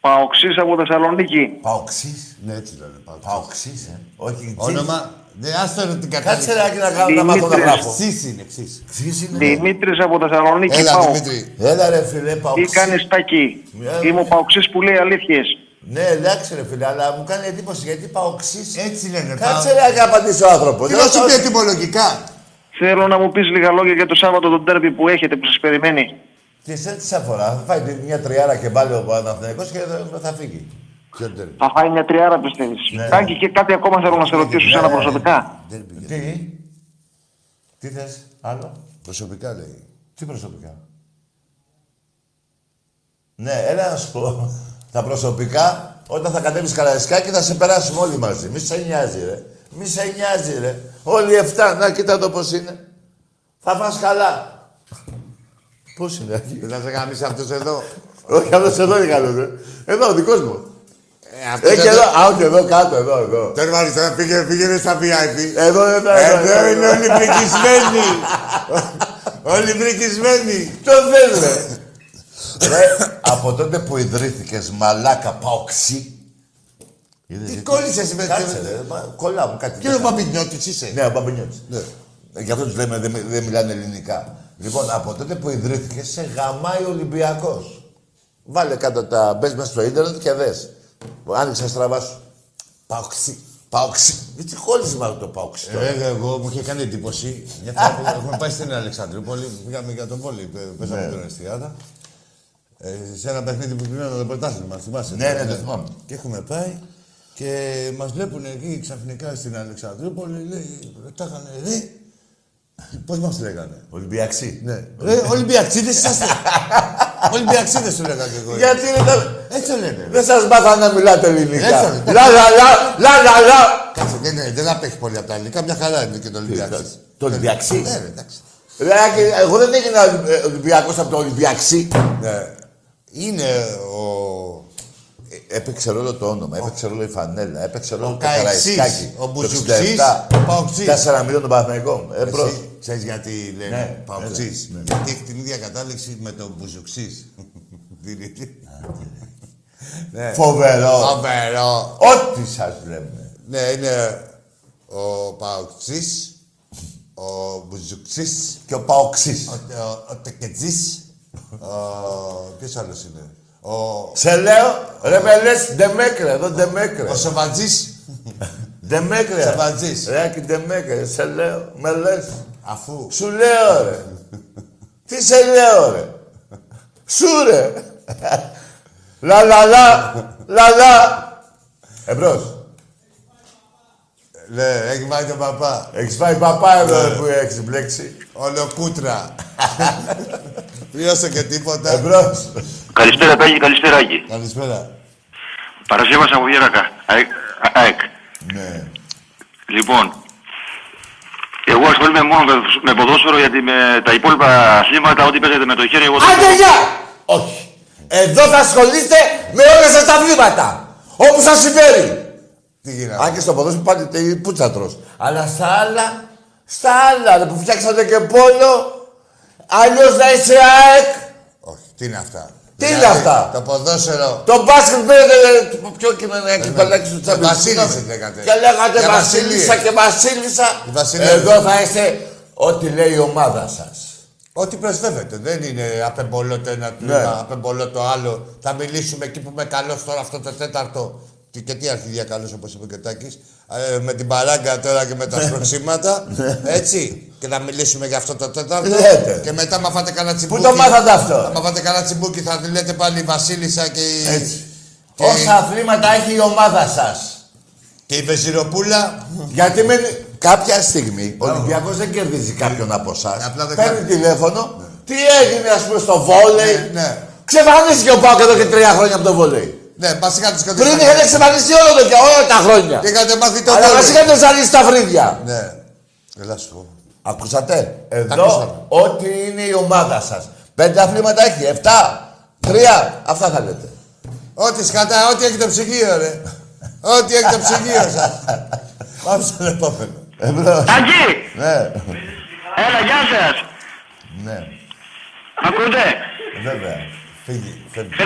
S7: Παοξής από Θεσσαλονίκη.
S1: Παοξής.
S2: Ναι, έτσι λένε πάντα.
S1: Παοξής, ε. Όχι,
S2: Όνομα. Ναι, άστο ρε την
S1: Κάτσε
S2: κατάληξη.
S1: ρε, Άκη, να κάνω να μάθω να
S7: Δημήτρης.
S1: γράφω.
S2: Ξύς είναι, ξύς.
S1: Ξής είναι.
S7: Δημήτρης από Θεσσαλονίκη.
S2: Έλα
S7: Πάω.
S2: Δημήτρη.
S1: Έλα ρε φίλε,
S7: Τι
S1: Παοξής.
S7: κάνεις Τάκη.
S1: Μια-
S7: Είμαι ο Παοξής που λέει αλήθειες.
S1: Ναι, εντάξει ρε φίλε, αλλά μου κάνει εντύπωση γιατί Παοξής.
S2: Έτσι λένε.
S1: Κάτσε ρε Άκη, να απαντήσει ο άνθρωπος.
S2: Τι
S1: Δεν
S2: να σου
S1: θα-
S2: πει ετυμολογικά.
S7: Θέλω να μου πεις λίγα λόγια για το Σάββατο τον τέρπι που έχετε που σας περιμένει.
S1: Τι σε τι σε αφορά. Θα φάει τη- μια τριάρα και πάλι ο Παναθηναϊκός και θα- θα φύγει.
S2: Ποιο τέρμι.
S7: Θα φάει μια τριάρα πιστεύεις.
S1: Ναι.
S7: Τάκη και κάτι ακόμα θέλω να σε ρωτήσω σε ένα
S1: Ναι.
S7: προσωπικά.
S1: Τι. Τι θες, άλλο.
S2: Προσωπικά λέει.
S1: Τι προσωπικά. Ναι, έλα να σου πω. Τα προσωπικά, όταν θα κατέβεις καραϊσκάκι θα σε περάσουμε όλοι μαζί. Μη σε νοιάζει, ρε. Μη σε νοιάζει, ρε. Όλοι οι 7, να κοίτα το πώς είναι. Θα φας καλά. Πώς είναι, Άκη?
S2: Δεν θα σε γαμίσει αυτός εδώ.
S1: Όχι, αυτός εδώ είναι καλός, ε. Εδώ, ο δικός μου.
S2: Ε, αυτός
S1: Ε, και
S2: εδώ.
S1: εδώ, α, όχι, εδώ κάτω, εδώ, εδώ.
S2: Τέρμα αριστερά, πήγαινε, πήγαινε στα VIP.
S1: Εδώ, εδώ,
S2: Ε, Εδώ είναι όλοι
S1: [laughs]
S2: πρικισμένοι. Όλοι πρικισμένοι.
S1: Το δεν ρε. Ρε, από τότε που ιδρύθηκες μαλάκα παοξή.
S2: Τι κόλλησες με
S1: Κάτσε ρε, μα, κολλά μου κάτι.
S2: Κύριε
S1: δεν κάνω.
S2: Παπινιώτης είσαι.
S1: Ναι, ο Παπινιώτης. Ε, Γι' αυτό τους λέμε δεν μι- δεν μιλάνε ελληνικά. Λοιπόν, από τότε που ιδρύθηκες σε γαμάει ο Ολυμπιακός. Βάλε κάτω τα, μπες μέσα στο ίντερνετ και δες. Άνοιξε τα στραβά σου. Παοξή. Παοξή. Γιατί κόλλησες με αυτό το παοξή τώρα.
S2: Ρε, Ε, εγώ μου είχε κάνει εντύπωση. Μια φορά που έχουμε πάει στην Αλεξανδρούπολη, πήγαμε για τον Πόλη, πέ- παίζαμε
S1: Ναι.
S2: τον Εστιάδα. Ε, σε ένα παιχνίδι που πήραμε το πρωτάθλημα, θυμάσαι. ε,
S1: Ναι, ναι, το θυμάμαι.
S2: Και έχουμε πάει και μας βλέπουν εκεί ξαφνικά στην Αλεξανδρούπολη, λέει, πετάγανε ρε. Πώς μας λέγανε.
S1: Ολυμπιακή.
S2: Ναι. Ρε, Ολυμπιακτσίδε [laughs] είσαστε. Ολυμπιακτσίδε σου λέγανε και εγώ.
S1: Γιατί είναι τα...
S2: Έτσι το λένε. ρε.
S1: Δεν σας μάθα να μιλάτε ελληνικά.
S2: Έτσι,
S1: Λα,
S2: εντάξει.
S1: λα, λα, λα, λα, λα.
S2: Κάτσε, δεν, είναι- δεν απέχει πολύ από τα ελληνικά, μια χαρά είναι και το Ολυμπιακτσί.
S1: Το Ολυμπιακτσί.
S2: Ναι, ρε, εντάξει.
S1: Ρε, Άκη, εγώ δεν έγινα ε, Ολυμπιακός από το Ολυμπιακή.
S2: Ναι. Είναι ο.
S1: Έπαιξε ρόλο το όνομα, έπαιξε ρόλο η φανέλα, έπαιξε ρόλο
S2: Ο
S1: το
S2: Καϊξής,
S1: Καραϊσκάκι.
S2: ο
S1: το
S2: Μπουζουξής,
S1: 67,
S2: ο Παοξής.
S1: 4-0 τον Παναθηναϊκό. Ε, μπρος.
S2: Εσύ ξέρεις γιατί λένε
S1: Ναι,
S2: Παοξής.
S1: έλα, ναι.
S2: Γιατί έχει την ίδια κατάληξη με τον Μπουζουξής. [laughs] Δηλαδή. Ναι.
S1: Φοβερό.
S2: Φοβερό.
S1: Ό,τι σας λέμε.
S2: Ναι, είναι ο Παοξής, ο Μπουζουξής,
S1: Και ο Παοξής.
S2: ο, ο, ο Τεκετζής, ο... ποιος άλλος είναι, ο,
S1: Σε λέω, ρε με λες, ντεμέκρε, εδώ ντεμέκρε.
S2: ο Σοβατζής.
S1: Ντεμέκρε.
S2: Σαββατζής.
S1: Ρε Άκη, ντεμέκρε, σε λέω, με λες.
S2: Αφού
S1: Σου λέω
S2: [laughs]
S1: ρε. Τι σε λέω ρε. Σου ρε. Λα λα λα. Λα λα. Ε, Εμπρός.
S2: λέει, Ε, ναι, έχει μάθει τον παπά, Ναι.
S1: Έχεις πάει παπά εδώ που έχεις μπλέξει. [laughs]
S2: ολοκούτρα. Πλήρωσε και
S1: Ε,
S2: τίποτα.
S1: Εμπρός.
S8: Καλησπέρα, Πέλη, καλησπέρα, Άγγι.
S2: Καλησπέρα.
S5: Παρασκεύασα από Γέρακα. ΑΕΚ. ΑΕΚ.
S1: Ναι.
S8: Λοιπόν, εγώ ασχολούμαι μόνο με- με ποδόσφαιρο γιατί με τα υπόλοιπα αθλήματα, ό,τι παίζεται με το χέρι, εγώ δεν.
S1: Άντε γεια. Όχι. Εδώ θα ασχολείστε με όλα σας τα βλήματα. Όπου σας συμφέρει.
S2: Τι γίνεται.
S1: Αν και στο ποδόσφαιρο πάλι τι πουτσα τρως. Αλλά στα άλλα, στα άλλα ρε, που φτιάξατε και πόλο, αλλιώς να είσαι ΑΕΚ,
S2: Όχι, τι είναι αυτά. Δηλαδή,
S1: Τι είναι αυτά?
S2: Το ποδόσφαιρο.
S1: Το μπάσκετ πήρατε το πιο κείμενο και παλάκι στο τσάμπι.
S2: Ε, Βασίλισσα λέγατε.
S1: Και λέγατε
S2: Για
S1: Βασίλισσα
S2: βασιλείες.
S1: και Βασίλισσα.
S2: Οι βασιλείες.
S1: Εδώ θα είστε ό,τι λέει η ομάδα σας.
S2: Ό,τι πρεσβεύεται. Δεν είναι απεμπολό το ένα
S1: Ναι.
S2: τμήμα, απεμπολό το άλλο. Θα μιλήσουμε εκεί που είμαι καλός τώρα, αυτό το τέταρτο. Και, και τι αρχιδία καλό, όπως είπε ο Κετάκης. Ε, με την παράγκα τώρα και με
S1: Ναι.
S2: τα σπροξήματα. έτσι. Και θα μιλήσουμε για αυτό το τέταρτο.
S1: Λέτε.
S2: Και μετά, μα φάτε κανένα
S1: Πού
S2: τσιμπούκι.
S1: το μάθατε αυτό.
S2: Άμα φάτε κανένα τσιμπούκι, θα λέτε πάλι η Βασίλισσα και η.
S1: Έτσι.
S2: Και,
S1: Όσα αθλήματα έχει η ομάδα σας.
S2: και η Βεζιροπούλα.
S1: Γιατί με... κάποια στιγμή ο Ολυμπιακός δεν κερδίζει κάποιον από εσάς.
S2: Απλά δεν
S1: Παίρνει
S2: κάνει.
S1: τηλέφωνο. Τι έγινε, ας πούμε, στο βόλεϊ.
S2: Ναι, ναι.
S1: Ξεφανίστηκε ο Πάοκ εδώ και τρία χρόνια από το βόλεϊ.
S2: ναι, μα είχατε σκοτεινά.
S1: Πριν είχαν εξαφανιστεί όλο το και όλα τα χρόνια.
S2: Είχατε μάθει το
S1: Αλλά
S2: βόλεϊ.
S1: μα είχαν ζαλίσει τα φρύδια.
S2: Ναι. Ελά σου πω.
S1: Ακούσατε. Εδώ
S2: Ακούσαμε.
S1: ό,τι είναι η ομάδα σας. Πέντε αθλήματα έχει. Εφτά. Τρία. Αυτά θα λέτε.
S2: Ό,τι σκατά, ό,τι έχει το ψυγείο, ρε. ό,τι έχει το ψυγείο σας. [laughs] Πάμε στον επόμενο.
S1: Εμπρός.
S8: Άγγι!
S1: ναι.
S8: Έλα, γεια σας!
S1: Ναι.
S8: Ακούτε!
S1: Βέβαια. Φύγει. Φεύγει.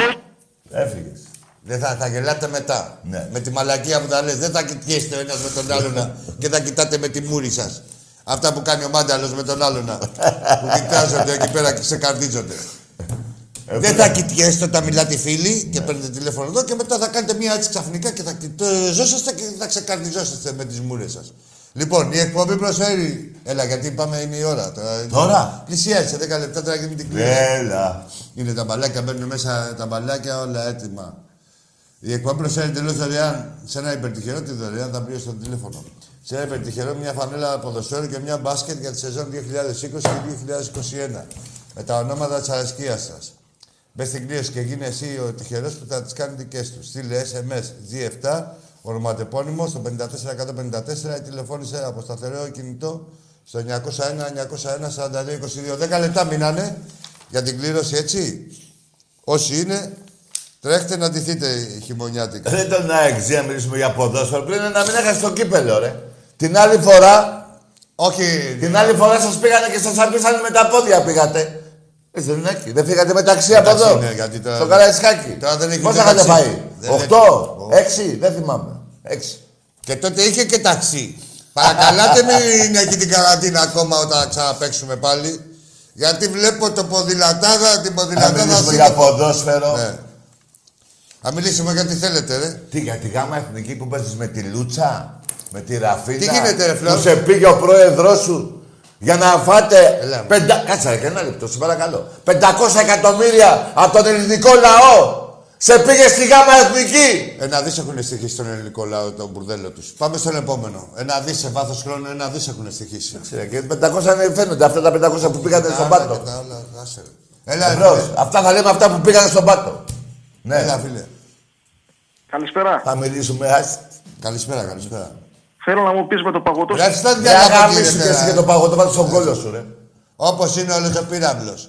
S1: Έφυγες.
S2: Δεν θα, θα γελάτε μετά.
S1: Ναι.
S2: Με τη μαλακία που τα λες. Δεν θα κοιτιέστε ο ένας με τον άλλον να- και θα κοιτάτε με τη μούρη σας. Αυτά που κάνει ο μάνταλος με τον άλλον να- που κοιτάζονται εκεί πέρα και ξεκαρδίζονται.
S1: Ε,
S2: Δεν θα κοιτιέστε όταν μιλάτε οι φίλοι και παίρνετε τηλέφωνο εδώ και μετά θα κάνετε μία έτσι ξαφνικά και θα κοιτάζόσαστε και θα ξεκαρδιζόσαστε με τις μούρες σας. Λοιπόν, η εκπομπή προσφέρει. Έλα, γιατί πάμε, είναι η ώρα. Τώρα. είναι-
S1: Τώρα?
S2: Πλησιάζει σε 10 λεπτά τώρα και μην την κλείσει.
S1: Έλα.
S2: Είναι τα μπαλάκια, μπαίνουν μέσα τα μπαλάκια, όλα έτοιμα. Η εκπομπή προσφέρει εντελώς δωρεάν σε ένα υπερτυχερό τη δωρεάν, θα πει στο τηλέφωνο. Σε ένα υπερτυχερό μια φανέλα ποδοσφαίρου και μια μπάσκετ για τη σεζόν 2020 και 2021. Με τα ονόματα της αρεσκίας σας. Μπες στην κλήρωση και γίνε εσύ ο τυχερός που θα τις κάνει δικές τους. Στείλε SMS G7, ονοματεπώνυμο στο 54154 ή τηλεφώνησε από σταθερό κινητό στο 901-901-4222. 10 λεπτά μείνανε για την κλήρωση, έτσι. Όσοι είναι, τρέχτε να ντυθείτε χειμωνιάτικα.
S1: Δεν τον αεξή να μιλήσουμε για ποδόσφαιρο. Πριν να μην έχασε το κύπελο, ρε. Την άλλη φορά,
S2: Όχι,
S1: την άλλη φορά σας πήγανε και σας αφήσανε με τα πόδια πήγατε. Έτσι δεν είναι, δεν φύγατε μεταξύ από
S2: Εντάξει,
S1: εδώ.
S2: ναι, γιατί τώρα
S1: στο
S2: δεν-
S1: Καραϊσκάκι.
S2: τώρα δεν έχει
S1: Πόσα
S2: ούτε
S1: είχατε
S2: ταξί.
S1: πάει,
S2: Δεν-
S1: Οχτώ,
S2: δεν-
S1: έξι, δεν θυμάμαι. Έξι.
S2: Και τότε είχε και ταξί. Παρακαλάτε μην έχει την καραντίνα ακόμα όταν ξαναπέξουμε πάλι. Γιατί βλέπω το ποδηλατάδα, την
S1: Να
S2: ποδηλατάδα
S1: μιλήσουμε
S2: δίνω.
S1: για ποδόσφαιρο.
S2: Ναι. Θα μιλήσουμε γιατί θέλετε, ρε.
S1: Τι, για τη γάμα εθνική που παίζεις με τη Λούτσα, με τη Ραφίνα.
S2: Τι γίνεται, ρε, Φλόρ?
S1: Που σε πήγε ο πρόεδρός σου για να φάτε.
S2: Έλα, μου.
S1: Πεντα... Κάτσε, ρε, και ένα λεπτό, σε παρακαλώ. 500 εκατομμύρια από τον ελληνικό λαό
S2: Σε πήγε στη γάμα εθνική! Ένα δι έχουν στοιχήσει στον ελληνικό λαό το μπουρδέλο τους. Πάμε στον επόμενο. Ένα δι σε βάθος χρόνου, ε, ένα δι έχουν στοιχήσει.
S1: Ξέρω, και 500 δεν φαίνονται αυτά τα 500 που πήγατε στον πάτο.
S2: Έλα,
S1: Εμπρός.
S2: φίλε.
S1: Αυτά θα λέμε αυτά που πήγανε στον πάτο. Ναι,
S2: Έλα, φίλε.
S5: Καλησπέρα.
S1: θα μιλήσουμε. Ας...
S2: Καλησπέρα, καλησπέρα.
S5: Θέλω να μου πεις με το παγωτό.
S2: Ρε, αυτά δεν
S1: Δεν
S2: τα έχω,
S1: αγάπη
S2: κύριε,
S1: σου και
S2: τώρα.
S1: εσύ και τον παγωτό, πάτε στον κόλλο σου, ρε.
S2: Όπως είναι όλος ο πύραυλος.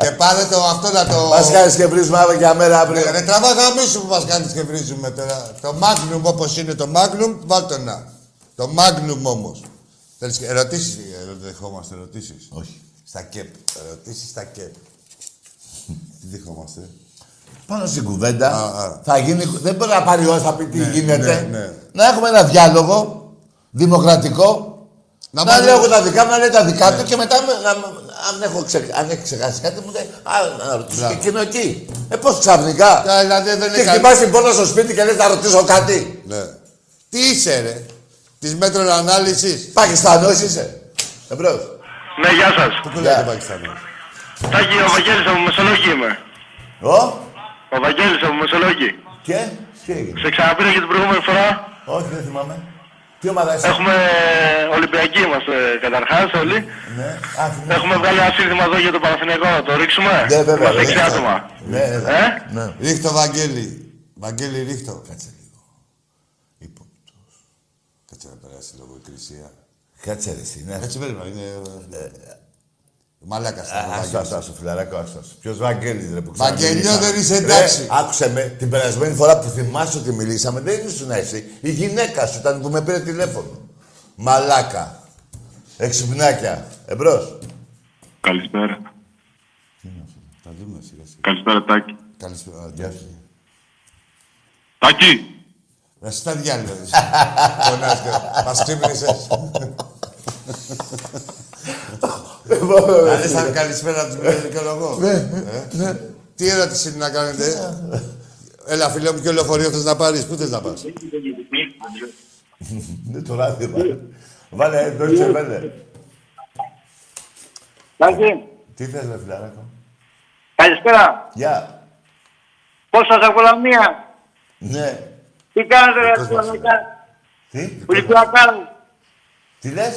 S2: και πάρε το αυτό να το...
S1: Μας κάνεις και βρίσκουμε αύριο για μέρα αύριο.
S2: Ρε τραβά γαμίσου που μας κάνεις και βρίζουμε τώρα. Το Magnum όπως είναι το Magnum, βάλτε να. Το Magnum όμως. Θέλεις και ερωτήσεις, ε, δεχόμαστε ερωτήσεις.
S1: Όχι.
S2: Στα ΚΕΠ. Ερωτήσεις στα ΚΕΠ. Τι δεχόμαστε.
S1: Πάνω στην κουβέντα
S2: Α, α.
S1: θα γίνει, δεν μπορεί να πάρει ώρα να πει τι γίνεται.
S2: ναι, ναι.
S1: Να έχουμε ένα διάλογο δημοκρατικό. Να,
S2: μας-
S1: λέω εγώ τα δικά μου, να λέει τα δικά
S2: Ναι.
S1: του και μετά με- να, αν, έχω ξε- αν έχει ξεχάσει κάτι μου λέει «Α, να ρωτήσω και
S2: Μπράβο.
S1: εκείνο εκεί. Ε, πώς ξαφνικά.
S2: Τώρα, δηλαδή δεν
S1: Και
S2: είναι
S1: χτυπάς την πόρτα στο σπίτι και λες να ρωτήσω κάτι.
S2: Ναι. Τι είσαι ρε. Της μέτρων ανάλυσης.
S1: Πακιστανός είσαι. Εμπρός.
S3: Ναι, γεια σας.
S2: Πού λέει
S1: Γεια.
S2: το Πακιστανό.
S3: Τάκη, ο Βαγγέλης από Μεσολόγγι είμαι.
S1: Ω.
S3: Ο Βαγγέλης από Μεσολόγγι.
S1: Και. Τι έγινε.
S3: Σε ξαναπήρα και την προηγούμενη φορά.
S1: Όχι, δεν θυμάμαι. Τι ομάδα είσαι.
S3: Έχουμε Ολυμπιακοί είμαστε Ε, καταρχάς όλοι.
S1: Ναι. Α, θυμάμαι.
S3: Έχουμε βγάλει ένα σύνθημα εδώ για το Παναθηναϊκό. Να το ρίξουμε.
S1: Ναι, βέβαια.
S3: Είμαστε
S1: βέβαια.
S3: έξι άτομα.
S1: Ναι, ναι, ναι.
S3: Ε?
S1: ναι.
S2: Ρίχτω, Βαγγέλη. Βαγγέλη, ρίχτω.
S1: Κάτσε λίγο. Υπόπτω.
S2: Κάτσε να περάσει λογοκρισία.
S1: Κάτσε ρε Ε, εσύ, ναι.
S2: Έτσι περίμενα, είναι... ε, Μαλάκα
S1: Άστο, άστο, άστο, φιλαράκο, άστο. Ποιος Βαγγέλης ρε που ξανά.
S2: Βαγγέλιο,
S1: μιλήσαμε.
S2: δεν είσαι
S1: Ρε,
S2: εντάξει.
S1: Άκουσε με, την περασμένη φορά που θυμάσαι ότι μιλήσαμε, δεν ήσουν εσύ. Η γυναίκα σου ήταν που με πήρε τηλέφωνο. Μαλάκα. Εξυπνάκια. Εμπρός.
S9: Καλησπέρα.
S2: Θα δούμε σιγά σιγά.
S9: Καλησπέρα, Τάκη.
S2: Καλησπέρα. Γεια σου.
S9: Τάκη!
S2: Να στα διάλειμμα.
S1: [laughs]
S2: Φωνάστε. Μας ξύπνησες.
S1: Ε,
S2: Να δεις αν καλησπέρα τους μηδενικολογώ.
S1: Ναι,
S2: Ε. Τι ερώτηση είναι να κάνετε. Έλα φίλε μου, ποιο λεωφορείο θες να πάρεις. Πού θες να πας.
S1: Ναι, το ράδι, βάλε. Βάλε, Deutsche Welle.
S5: Τάκη,
S1: Τι θες ρε φιλαράκο.
S5: καλησπέρα.
S1: Γεια.
S5: Πώς σας ακολαμία.
S1: Ναι.
S5: Τι κάνετε ρε
S1: Δικός μας
S5: Ολυμπιακά.
S1: Τι.
S5: Ολυμπιακά.
S1: Τι λες.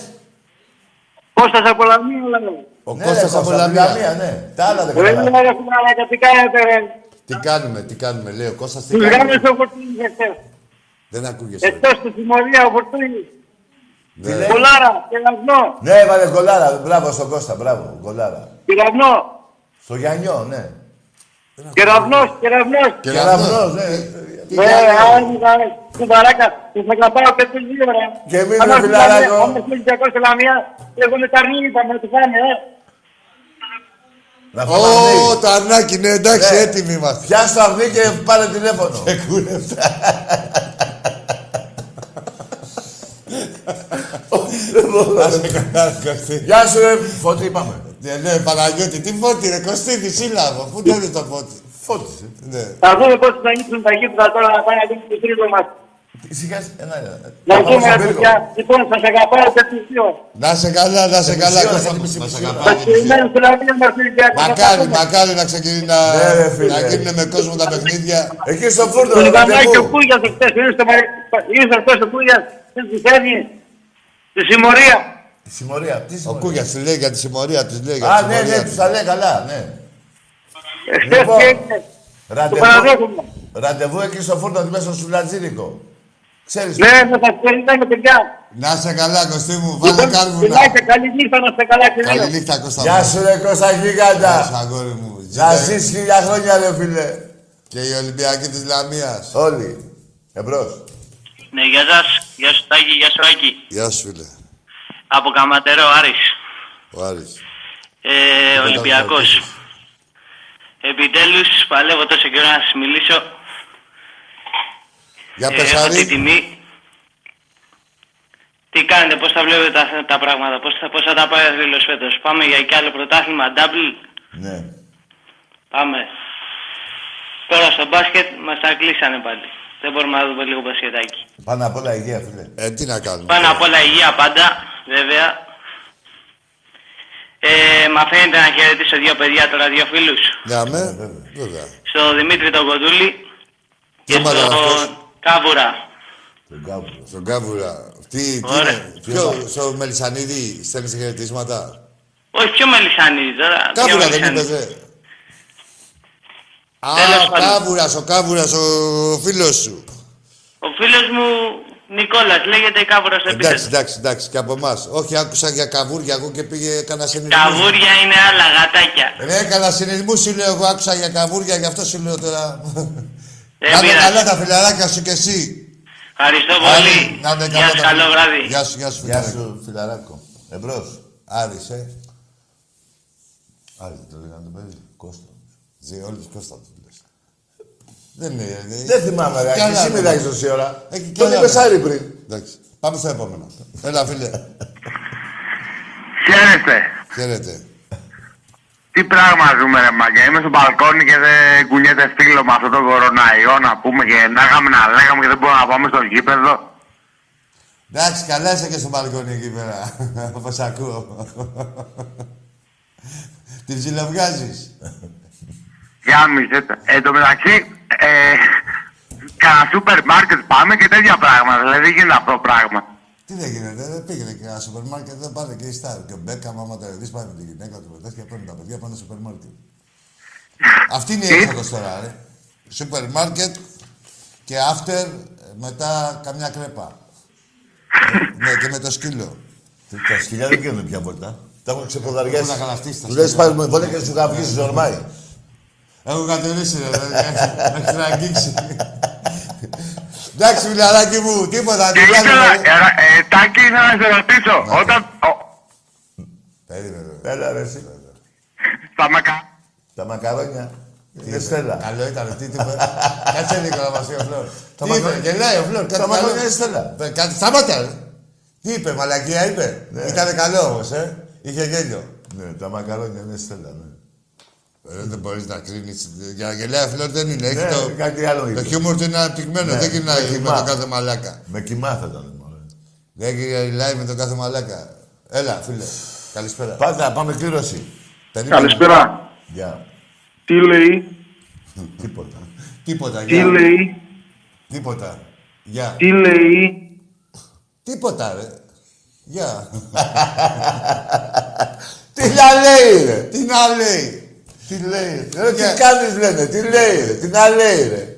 S5: Πώς σας ακολαμία λέω.
S2: Ο
S1: Ναι,
S2: Κώστας
S1: ρε,
S2: από
S1: Κώστα,
S2: Λαμία.
S1: Λαμία, ναι. Τα άλλα δεν
S5: Ρε ρε
S1: καταλάβω.
S5: φιλαράκια, τι κάνετε ρε.
S2: Τι κάνουμε, τι κάνουμε, λέει ο Κώστας, τι
S1: Ναι,
S5: Τους
S2: κάνουμε.
S5: γάμισε ο Φορτούνης εχθές.
S2: Δεν ακούγεσαι. Ναι.
S5: Εχθές στη συμμορία ο Φορτούνης.
S1: Τι λέει.
S5: Κολάρα, πυραυνό,
S1: Ναι, βάλε κολάρα. Μπράβο στον Κώστα, μπράβο. Κολάρα.
S5: πυραυνό,
S1: Στο Γιαννιό, ναι.
S5: κεραυνός, κεραυνός.
S2: Και
S1: Κεραυνός,
S2: λαμπρός.
S1: ναι.
S2: Τι
S5: Ναι,
S2: κάνουμε.
S5: άρα, του παράκα, τους θα καπάω πέντε δύο, ρε.
S1: Και εμείς,
S5: Άμα
S1: ρε,
S5: στην
S1: φιλαράκο.
S5: Λαμία, Άμα στην Ολυμπιακό στη Λαμία, εγώ με τα αρνή είπα, με το φάνε, ε.
S1: Να
S2: Ω,
S1: φωνάζει.
S2: το αρνάκι, ναι, εντάξει,
S1: Ναι.
S2: έτοιμοι είμαστε.
S1: Πιάσ' το αρνί και πάρε τηλέφωνο. Γεια σου, ε, ρε. Φώτη, είπαμε.
S2: Ναι, ναι, Παναγιώτη, τι φώτη ρε, Κωστίδη, σύλλαβο, πού το είναι το φώτη.
S1: Φώτισε.
S2: Ναι.
S5: Θα δούμε πώς θα ανοίξουν τα γήπεδα τώρα να πάνε να δείξουν το τρίτο μας.
S1: Σιγά, ένα, ένα.
S5: Να
S1: Πάμε
S5: δούμε,
S1: στον πύργο.
S5: ρε παιδιά. Λοιπόν, σας αγαπάω πέντε δύο.
S2: Να σε καλά, να σε
S1: Ε, Μισή
S2: καλά,
S1: ώρα,
S2: Κώστα
S1: θα
S2: μου.
S1: μισή,
S2: Να σε
S1: μισή ώρα.
S2: αγαπάω.
S5: Σας περιμένω στη Λαμία μας, Ολυμπιακό.
S2: Μακάρι, μακάρι να ξεκινήσει να,
S1: Ναι, ρε, φίλε.
S2: να γίνουν με κόσμο τα παιχνίδια.
S1: Εκεί στο φούρνο,
S5: Το
S1: ρε
S5: λιγανάκι
S1: παιδί
S5: ο
S1: μου.
S5: Κούγιας εχθές, ήρθε μα- ήρθε εχθές ο Κούγιας, δεν τους έδινε. Στη συμμορία.
S1: Τη Συμμορία, τι
S2: Ο
S1: συμμορία.
S2: Κούγιας τη λέει για τη συμμορία της λέει για τη
S1: Α, ναι,
S2: συμμορία
S1: ναι,
S2: της.
S1: τους τα λέει καλά, ναι.
S5: Εχθές
S1: Λοιπόν.
S5: τι έγινε. Το
S1: Ραντεβού,
S5: παραδέχομαι.
S1: ραντεβού εκεί στο φούρνο, μέσα στο Σουλατζίνικο. Ξέρεις,
S5: Ναι, θα σας περιμένω, παιδιά.
S2: Να σε καλά, Κωστή μου, βάλε
S5: Λοιπόν,
S2: κάρβουνα.
S5: φιλάκια, καλή νύχτα να είστε καλά και
S2: Καλή
S5: δύο.
S2: νύχτα, Κώστα
S1: γεια
S2: μου.
S1: σου ρε Κώστα
S2: Γεια σου,
S1: Γίγαντα.
S2: αγόρι μου.
S1: Να
S2: Ζήτα
S1: ζεις χιλιά χρόνια ρε φίλε.
S2: Και η Ολυμπιακή της Λαμίας.
S1: Όλοι. Εμπρός.
S8: Ναι, γεια σας. Γεια σου Τάκη, γεια σου Άκη.
S2: Γεια σου, φίλε.
S8: Από Καματερό, Άρης.
S2: Ο Άρης.
S8: Ε, Ολυμπιακός. Επιτέλους, παλεύω τόσο καιρό να σας μιλήσω.
S2: Για
S8: Ε, έχω τη
S2: πεσαρή.
S8: τιμή. Τι κάνετε, πώς τα βλέπετε τα, τα πράγματα, πώς θα, πώς θα τα πάει ο Βίλος φέτος. Πάμε για κι άλλο πρωτάθλημα, double.
S1: Ναι.
S8: Πάμε. Τώρα στο μπάσκετ μας τα κλείσανε πάλι. Δεν μπορούμε να δούμε λίγο μπασκετάκι.
S1: Πάνω απ' όλα υγεία φίλε.
S2: Ε, τι να κάνουμε.
S8: Πάνω απ' όλα υγεία πάντα, βέβαια. Ε, μ' αφήνετε να χαιρετήσω δύο παιδιά τώρα, δύο φίλους.
S2: Ναι, αμέ. Βέβαια.
S8: στο Δημήτρη τον Κοντούλη και
S2: Ομάδα αυτός.
S8: στον Κάβουρα.
S1: Τον κάβουρο.
S2: Στον Κάβουρα. Τι, τι
S8: Ωραία.
S2: είναι, ποιο, στο Μελισανίδη στέλνεις χαιρετίσματα.
S8: Όχι, πιο Μελισανίδη τώρα. ποιο
S2: Κάβουρα δεν
S8: Μελισανίδη.
S2: είπες, ε. Α,
S8: Τέλος πάντων.
S2: Κάβουρας, ο Κάβουρας, ο φίλος σου.
S8: Ο φίλος μου Νικόλας, λέγεται Κάβουρας
S2: Εντάξει,
S8: επίθετος.
S2: εντάξει, εντάξει, και από εμάς. Όχι, άκουσα για καβούρια εγώ και πήγε κανένα συνειδημό.
S8: Καβούρια είναι άλλα γατάκια.
S2: Ρε, κανένα συνειδημό σου λέω εγώ, άκουσα για καβούρια, γι' αυτό σου λέω τώρα.
S8: Δεν
S2: Να είναι
S8: πειράζει.
S2: καλά τα φιλαράκια σου και εσύ.
S8: Ε, Ευχαριστώ
S2: Άρη,
S8: πολύ.
S2: να είναι
S8: Γεια
S2: καλά
S8: σας,
S2: τα
S8: καλό
S2: φιλαράκια.
S8: βράδυ.
S2: Γεια σου, γεια σου,
S1: Γεια
S2: φιλαράκο.
S1: σου, φιλαράκο.
S2: Εμπρός. Άρης, ε.
S1: Άλλη δεν το λέγανε το παιδί. Κώστας.
S2: Ζει όλους Κώστα του λες. Δεν είναι.
S1: Δεν θυμάμαι, ρε.
S2: Ε, Καλά,
S1: Εσύ
S2: ρε.
S1: μιλάει τόση ώρα.
S2: Ε, και
S1: Τον
S2: καλά,
S1: είπες
S2: ρε.
S1: Άρη πριν.
S2: Εντάξει. Πάμε στο επόμενο. Έλα, φίλε.
S4: Χαίρετε.
S2: Χαίρετε.
S4: Τι πράγμα ζούμε, ρε Μαγκιά. Είμαι στο μπαλκόνι και δεν κουνιέται φίλο με αυτό το κοροναϊό να πούμε και να είχαμε να λέγαμε και δεν μπορούμε να πάμε στο γήπεδο.
S2: Εντάξει, καλά είσαι και στο μπαλκόνι εκεί πέρα. Όπως ακούω. Την ψιλοβγάζεις.
S4: Για μισέ τα. Εν τω μεταξύ, ε, κανένα σούπερ μάρκετ πάμε και τέτοια πράγματα. Δηλαδή δεν γίνεται αυτό το πράγμα.
S2: Τι δεν γίνεται, δεν πήγαινε και ένα σούπερ μάρκετ, δεν πάνε και η Στάρ. Και ο Μπέκαμ, άμα τα δεις, πάει με τη γυναίκα του μετά και παίρνει τα παιδιά, πάνε στο σούπερ μάρκετ. Αυτή είναι η έκδοτος τώρα, ρε. Σούπερ μάρκετ και after, μετά καμιά κρέπα. Ε, ναι, και με το σκύλο.
S1: Τα σκυλιά δεν γίνονται πια βόλτα. Τα έχουν ξεποδαριάσει.
S2: Έχουν αγανακτήσει τα
S1: Του λες
S2: σκυλιά. Ναι.
S1: πάρει με βόλτα και σου καυγίζει ορμάει.
S2: Έχω κατερήσει, ρε. δεν- Έχει να αγγίξει. Εντάξει, μιλαράκι μου, τίποτα.
S4: Και
S2: δεν
S4: ήθελα,
S2: κάνουμε, ρε.
S4: ε, ρα- ε, Τάκη, ήθελα να σε ρωτήσω, όταν. ο-
S2: Περίμενε. ρε.
S1: Έλα ρε εσύ.
S4: θα με κα-
S1: Τα μακαρόνια. Είναι στέλα.
S2: Καλό ήταν,
S1: [laughs]
S2: τι είπε. Κάτσε λίγο να μας πει ο Φλόρ.
S1: Τα
S2: Τι είπε,
S1: μακρόνια-
S2: γελάει ο Φλόρ.
S1: Τα
S2: Κάτι
S1: μακρόνια
S2: καλό.
S1: είναι στέλα.
S2: Ε, Κάτι σταμάτα, ρε. Τι είπε, μαλακία είπε. Ήταν καλό όμως, ε. Είχε γέλιο.
S1: Ναι, τα μακαρόνια είναι στέλα. ναι.
S2: Ε, δεν μπορείς να κρίνεις. Για να γελάει ο Φλόρ δεν είναι. Έχει
S1: Ναι,
S2: το...
S1: κάτι άλλο
S2: Το
S1: είπε.
S2: χιούμορ του είναι αναπτυγμένο.
S1: Ναι,
S2: Δεν γυρνάει
S1: με
S2: με
S1: κοιμά.
S2: τον κάθε μαλάκα.
S1: Με κοιμά θα τα λέμε. ωραία.
S2: Δεν γυρνάει με τον κάθε μαλάκα. Έλα, φίλε. Καλησπέρα.
S1: Πάντα, πάμε κλήρωση.
S2: Περίμενε.
S5: Καλησπέρα.
S1: Γεια.
S2: [laughs]
S5: Τι λέει,
S1: Τίποτα.
S2: Τίποτα, γεια.
S5: τι λέει,
S2: Τίποτα. Γεια.
S5: τι λέει,
S2: Τίποτα, ρε. Γεια.
S1: Τι να λέει ρε.
S2: Τι να λέει.
S1: Τι λέει. ρε. Ρε,
S2: Γεια.
S1: τι κάνεις λένε. Τι λέει ρε. Τι να λέει ρε.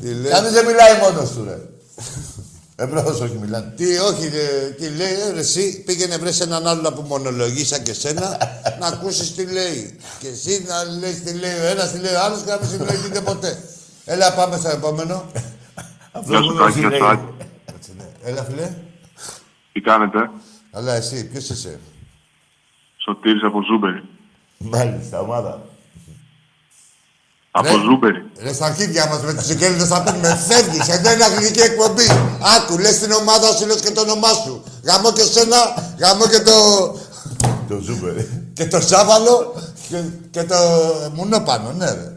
S2: Τι λέει.
S1: Κανείς δεν μιλάει μόνος του ρε. Εμπρός Ε, όχι μιλάνε.
S2: Τι, όχι, ρε, τι λέει, ε, ρε, εσύ πήγαινε βρε σε έναν άλλο που μονολογεί σαν και σένα να ακούσεις τι λέει. Και εσύ να λες τι λέει ο ένας, τι λέει ο άλλος και να μην συμπλέκεται ποτέ. Έλα, πάμε στο επόμενο.
S1: Αυτό
S3: σου,
S1: μόνο
S3: Τάκη,
S1: τι
S3: γεια σου,
S1: λέει.
S3: Τάκη.
S2: Έτσι, ναι. Έλα, φιλέ.
S3: Τι κάνετε,
S2: Αλλά εσύ, ποιος είσαι.
S3: Σωτήρης από Ζούμπερι.
S1: Μάλιστα, ομάδα.
S3: Από
S2: Ναι.
S3: Ζούμπερι.
S2: Ρε στα αρχίδια μας με του συγγένειτε θα παίρνουμε. Φεύγεις, εδώ είναι αγγλική εκπομπή. Άκου, λες την ομάδα σου, λες και το όνομά σου. Γαμώ και σένα, γαμώ και το.
S1: Το ζούμε ρε.
S2: και το Σάβαλο και, και το Μουνόπανο, ναι ρε.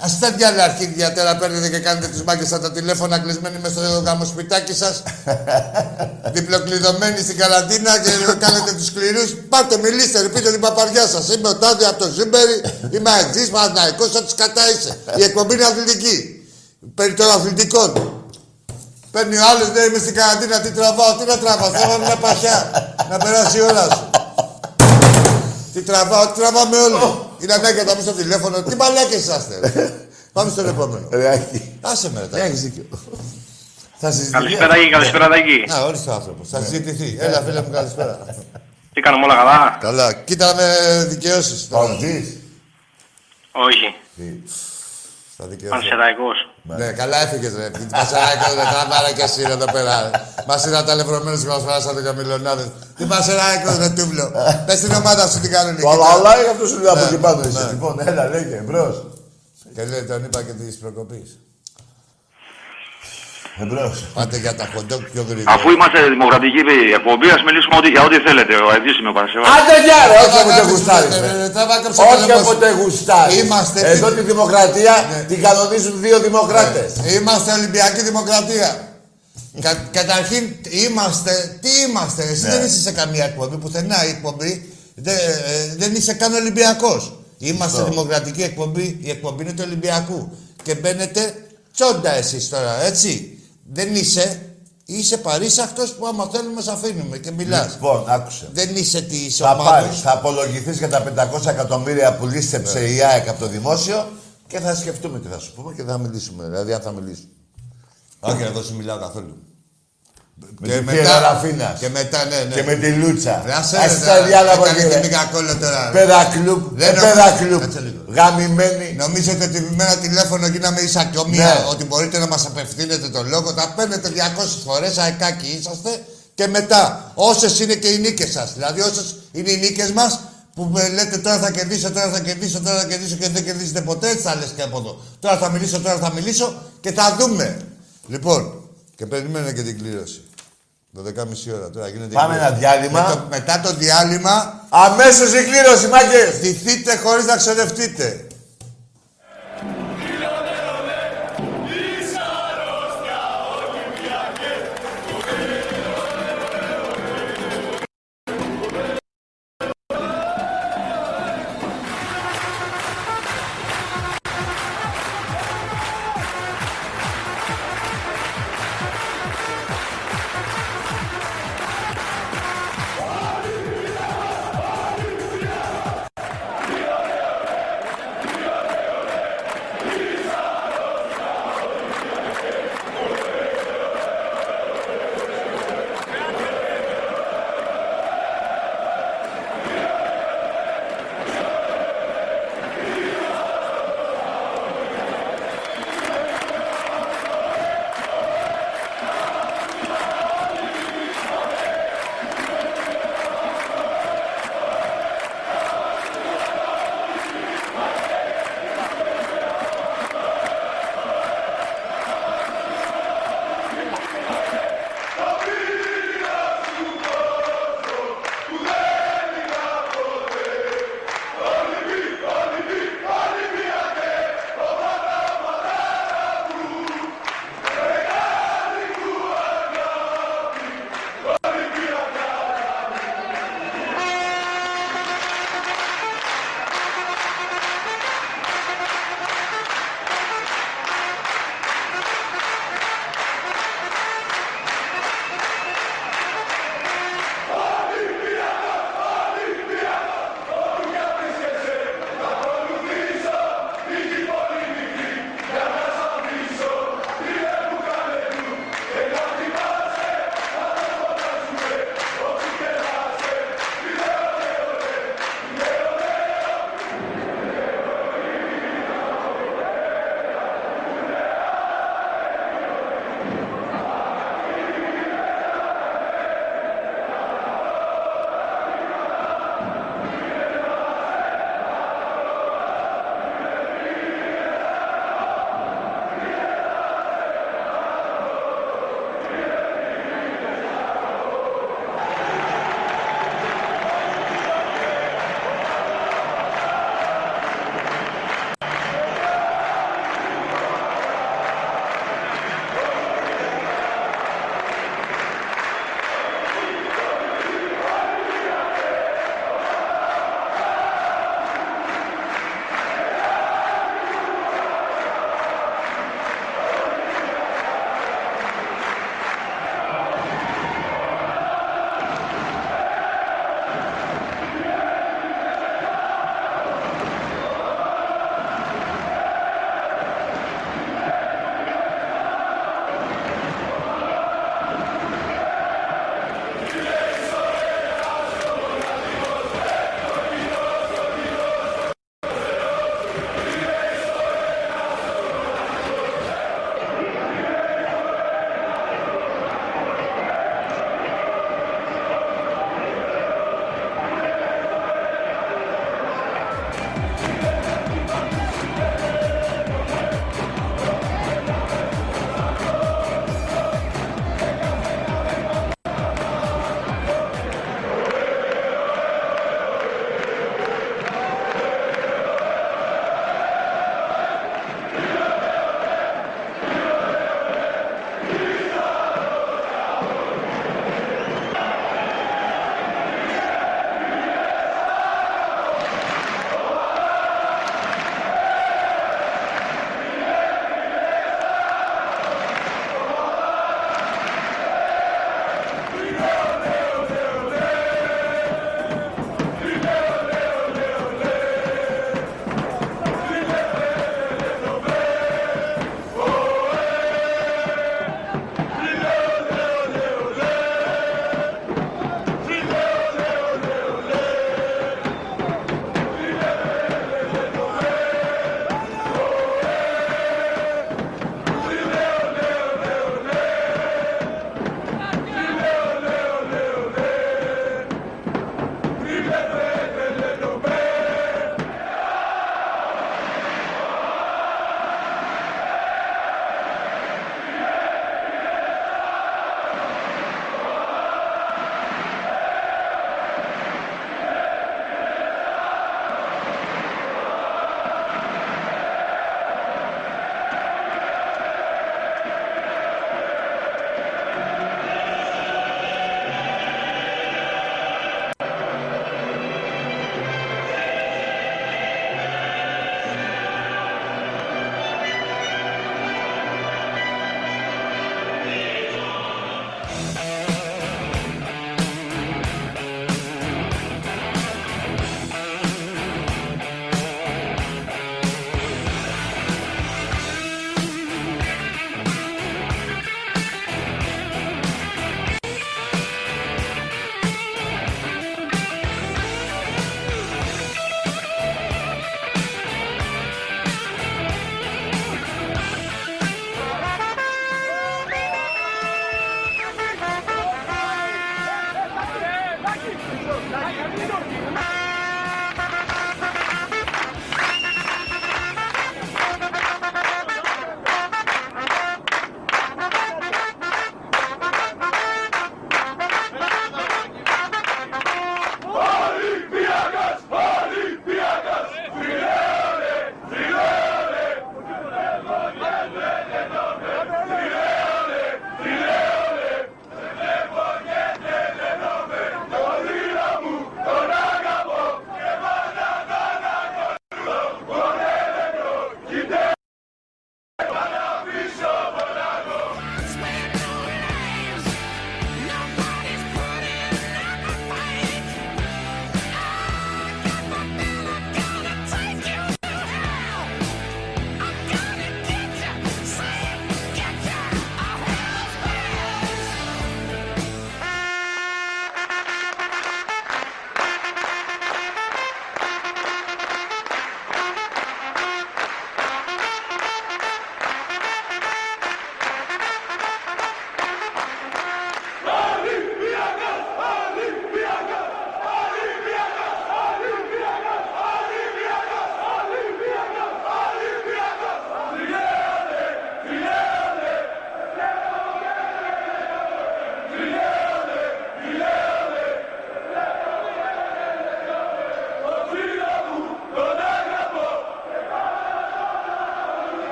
S2: Ας τα διάλε αρχίδια τώρα παίρνετε και κάνετε τις μάγκες από τα τηλέφωνα κλεισμένοι μέσα στο γαμοσπιτάκι σας. διπλοκλειδωμένοι στην καραντίνα και κάνετε τους σκληρούς. Πάτε, μιλήστε, ρε, πείτε την παπαριά σας. Είμαι ο Τάδε από το Ζούμπερι, είμαι αεξής, μαναϊκός, θα τους κατά είσαι. Η εκπομπή είναι αθλητική. Περί των αθλητικών. Παίρνει ο άλλος, ναι, είμαι στην καραντίνα, τι τραβάω, τι να τραβάω, τραβάω μια παχιά. να περάσει η ώρα σου. Τι τραβάω, τι τραβάμε όλοι. Είναι ανάγκη να τα πει στο τηλέφωνο. Τι μαλάκες είσαστε. ρε. Πάμε στον επόμενο.
S1: Ρε, Άκη. Ναι,
S2: Άσε με ρε. τα-
S1: Έχεις δίκιο.
S2: Θα συζητηθεί.
S5: Καλησπέρα Τάκη, καλησπέρα Τάκη.
S2: Να, ορίστε ο άνθρωπος. Θα συζητηθεί. Έλα, φίλε μου, καλησπέρα.
S5: Τι κάνουμε όλα καλά.
S2: Καλά, κοίτα με δικαιώσεις. τώρα.
S1: Παουτής.
S5: Όχι,
S2: Θα δικαιώσεις.
S5: πανσεραϊκός.
S2: Ναι, καλά έφυγες ρε. Μας έκανε τα μάρα και εσύ ρε, εδώ πέρα. ρε. Μας είδα τα λευρωμένους και μας περάσατε για μιλονάδες. Τι μας έκανε ρε τούβλο. Πες την ομάδα σου την κανονική.
S1: Το αλλά είναι αυτό σου λέει από
S2: Ναι,
S1: εκεί πάνω. εσύ.
S2: ναι.
S1: Λοιπόν, έλα, λέγε, εμπρός.
S2: Και λέει, τον είπα και της προκοπής.
S1: Εμπρός.
S2: Πάτε για τα χοντόκ πιο γρήγορα.
S3: Αφού είμαστε δημοκρατική εκπομπή, ας μιλήσουμε ό,τι- για ό,τι θέλετε. Ο Αιδής είμαι ο Παρασεβάς.
S1: Άντε γεια ρε, όχι
S2: Θα
S1: από
S2: κάτσουμε,
S1: το γουστάρι.
S2: ρε,
S1: ρε.
S2: ρε, θα βάκαψε
S1: Όχι
S2: το
S1: από το γουστάρι.
S2: Είμαστε- Ναι.
S1: Εδώ τη δημοκρατία την κανονίζουν δύο δημοκράτες.
S2: Είμαστε Ολυμπιακή Δημοκρατία. Κα- καταρχήν είμαστε, τι είμαστε, εσύ δεν είσαι σε καμία εκπομπή, πουθενά η εκπομπή. Δε- ε, δεν είσαι καν Ολυμπιακός. Είμαστε δημοκρατική εκπομπή. Η εκπομπή είναι του Ολυμπιακού. Και μπαίνετε τσόντα εσείς τώρα, έτσι. Δεν είσαι. Είσαι παρήσαχτος που άμα θέλουμε σε αφήνουμε και μιλάς.
S1: Λοιπόν, άκουσε.
S2: Δεν είσαι της
S1: Θα πάρει,
S2: ομάδα.
S1: θα απολογηθείς για τα 500 εκατομμύρια που
S2: Ναι.
S1: λύστεψε η ΑΕΚ από το δημόσιο και θα σκεφτούμε τι θα σου πούμε και θα μιλήσουμε. Δηλαδή, αν θα μιλήσουμε.
S2: Όχι, εγώ σου μιλάω καθόλου.
S1: Με την Φιέρα Ραφίνας.
S2: Και μετά, ναι, ναι.
S1: Και με τη Λούτσα.
S2: Ρε, ας
S1: Ας
S2: έρθει
S1: τα διάλογα
S2: Έκανε και
S1: κύριε.
S2: κακόλο τώρα. ρε.
S1: Πέρα κλουμπ,
S2: Δεν
S1: ε,
S2: νομίζω-
S1: πέρα κλουμπ.
S2: Κάτσε λίγο.
S1: Γαμημένη.
S2: Νομίζετε ότι με ένα τηλέφωνο γίναμε ισακιομία,
S1: Ναι.
S2: ότι μπορείτε να μας απευθύνετε τον λόγο, τα παίρνετε 200 φορές, αεκάκι είσαστε και μετά όσες είναι και οι νίκες σας, δηλαδή όσες είναι οι νίκες μας που με λέτε τώρα θα κερδίσω, τώρα θα κερδίσω, τώρα θα κερδίσω και δεν κερδίζετε ποτέ, έτσι θα λες και από εδώ. Τώρα θα μιλήσω, τώρα θα μιλήσω και θα δούμε. Λοιπόν, και περιμένουμε και την κλήρωση. 12.30 ώρα τώρα γίνεται η
S1: Πάμε
S2: κλήρωση.
S1: ένα διάλειμμα.
S2: Με το- μετά το διάλειμμα
S1: Αμέσως η κλήρωση, μάγκες.
S2: Ντυθείτε χωρίς να ξοδευτείτε.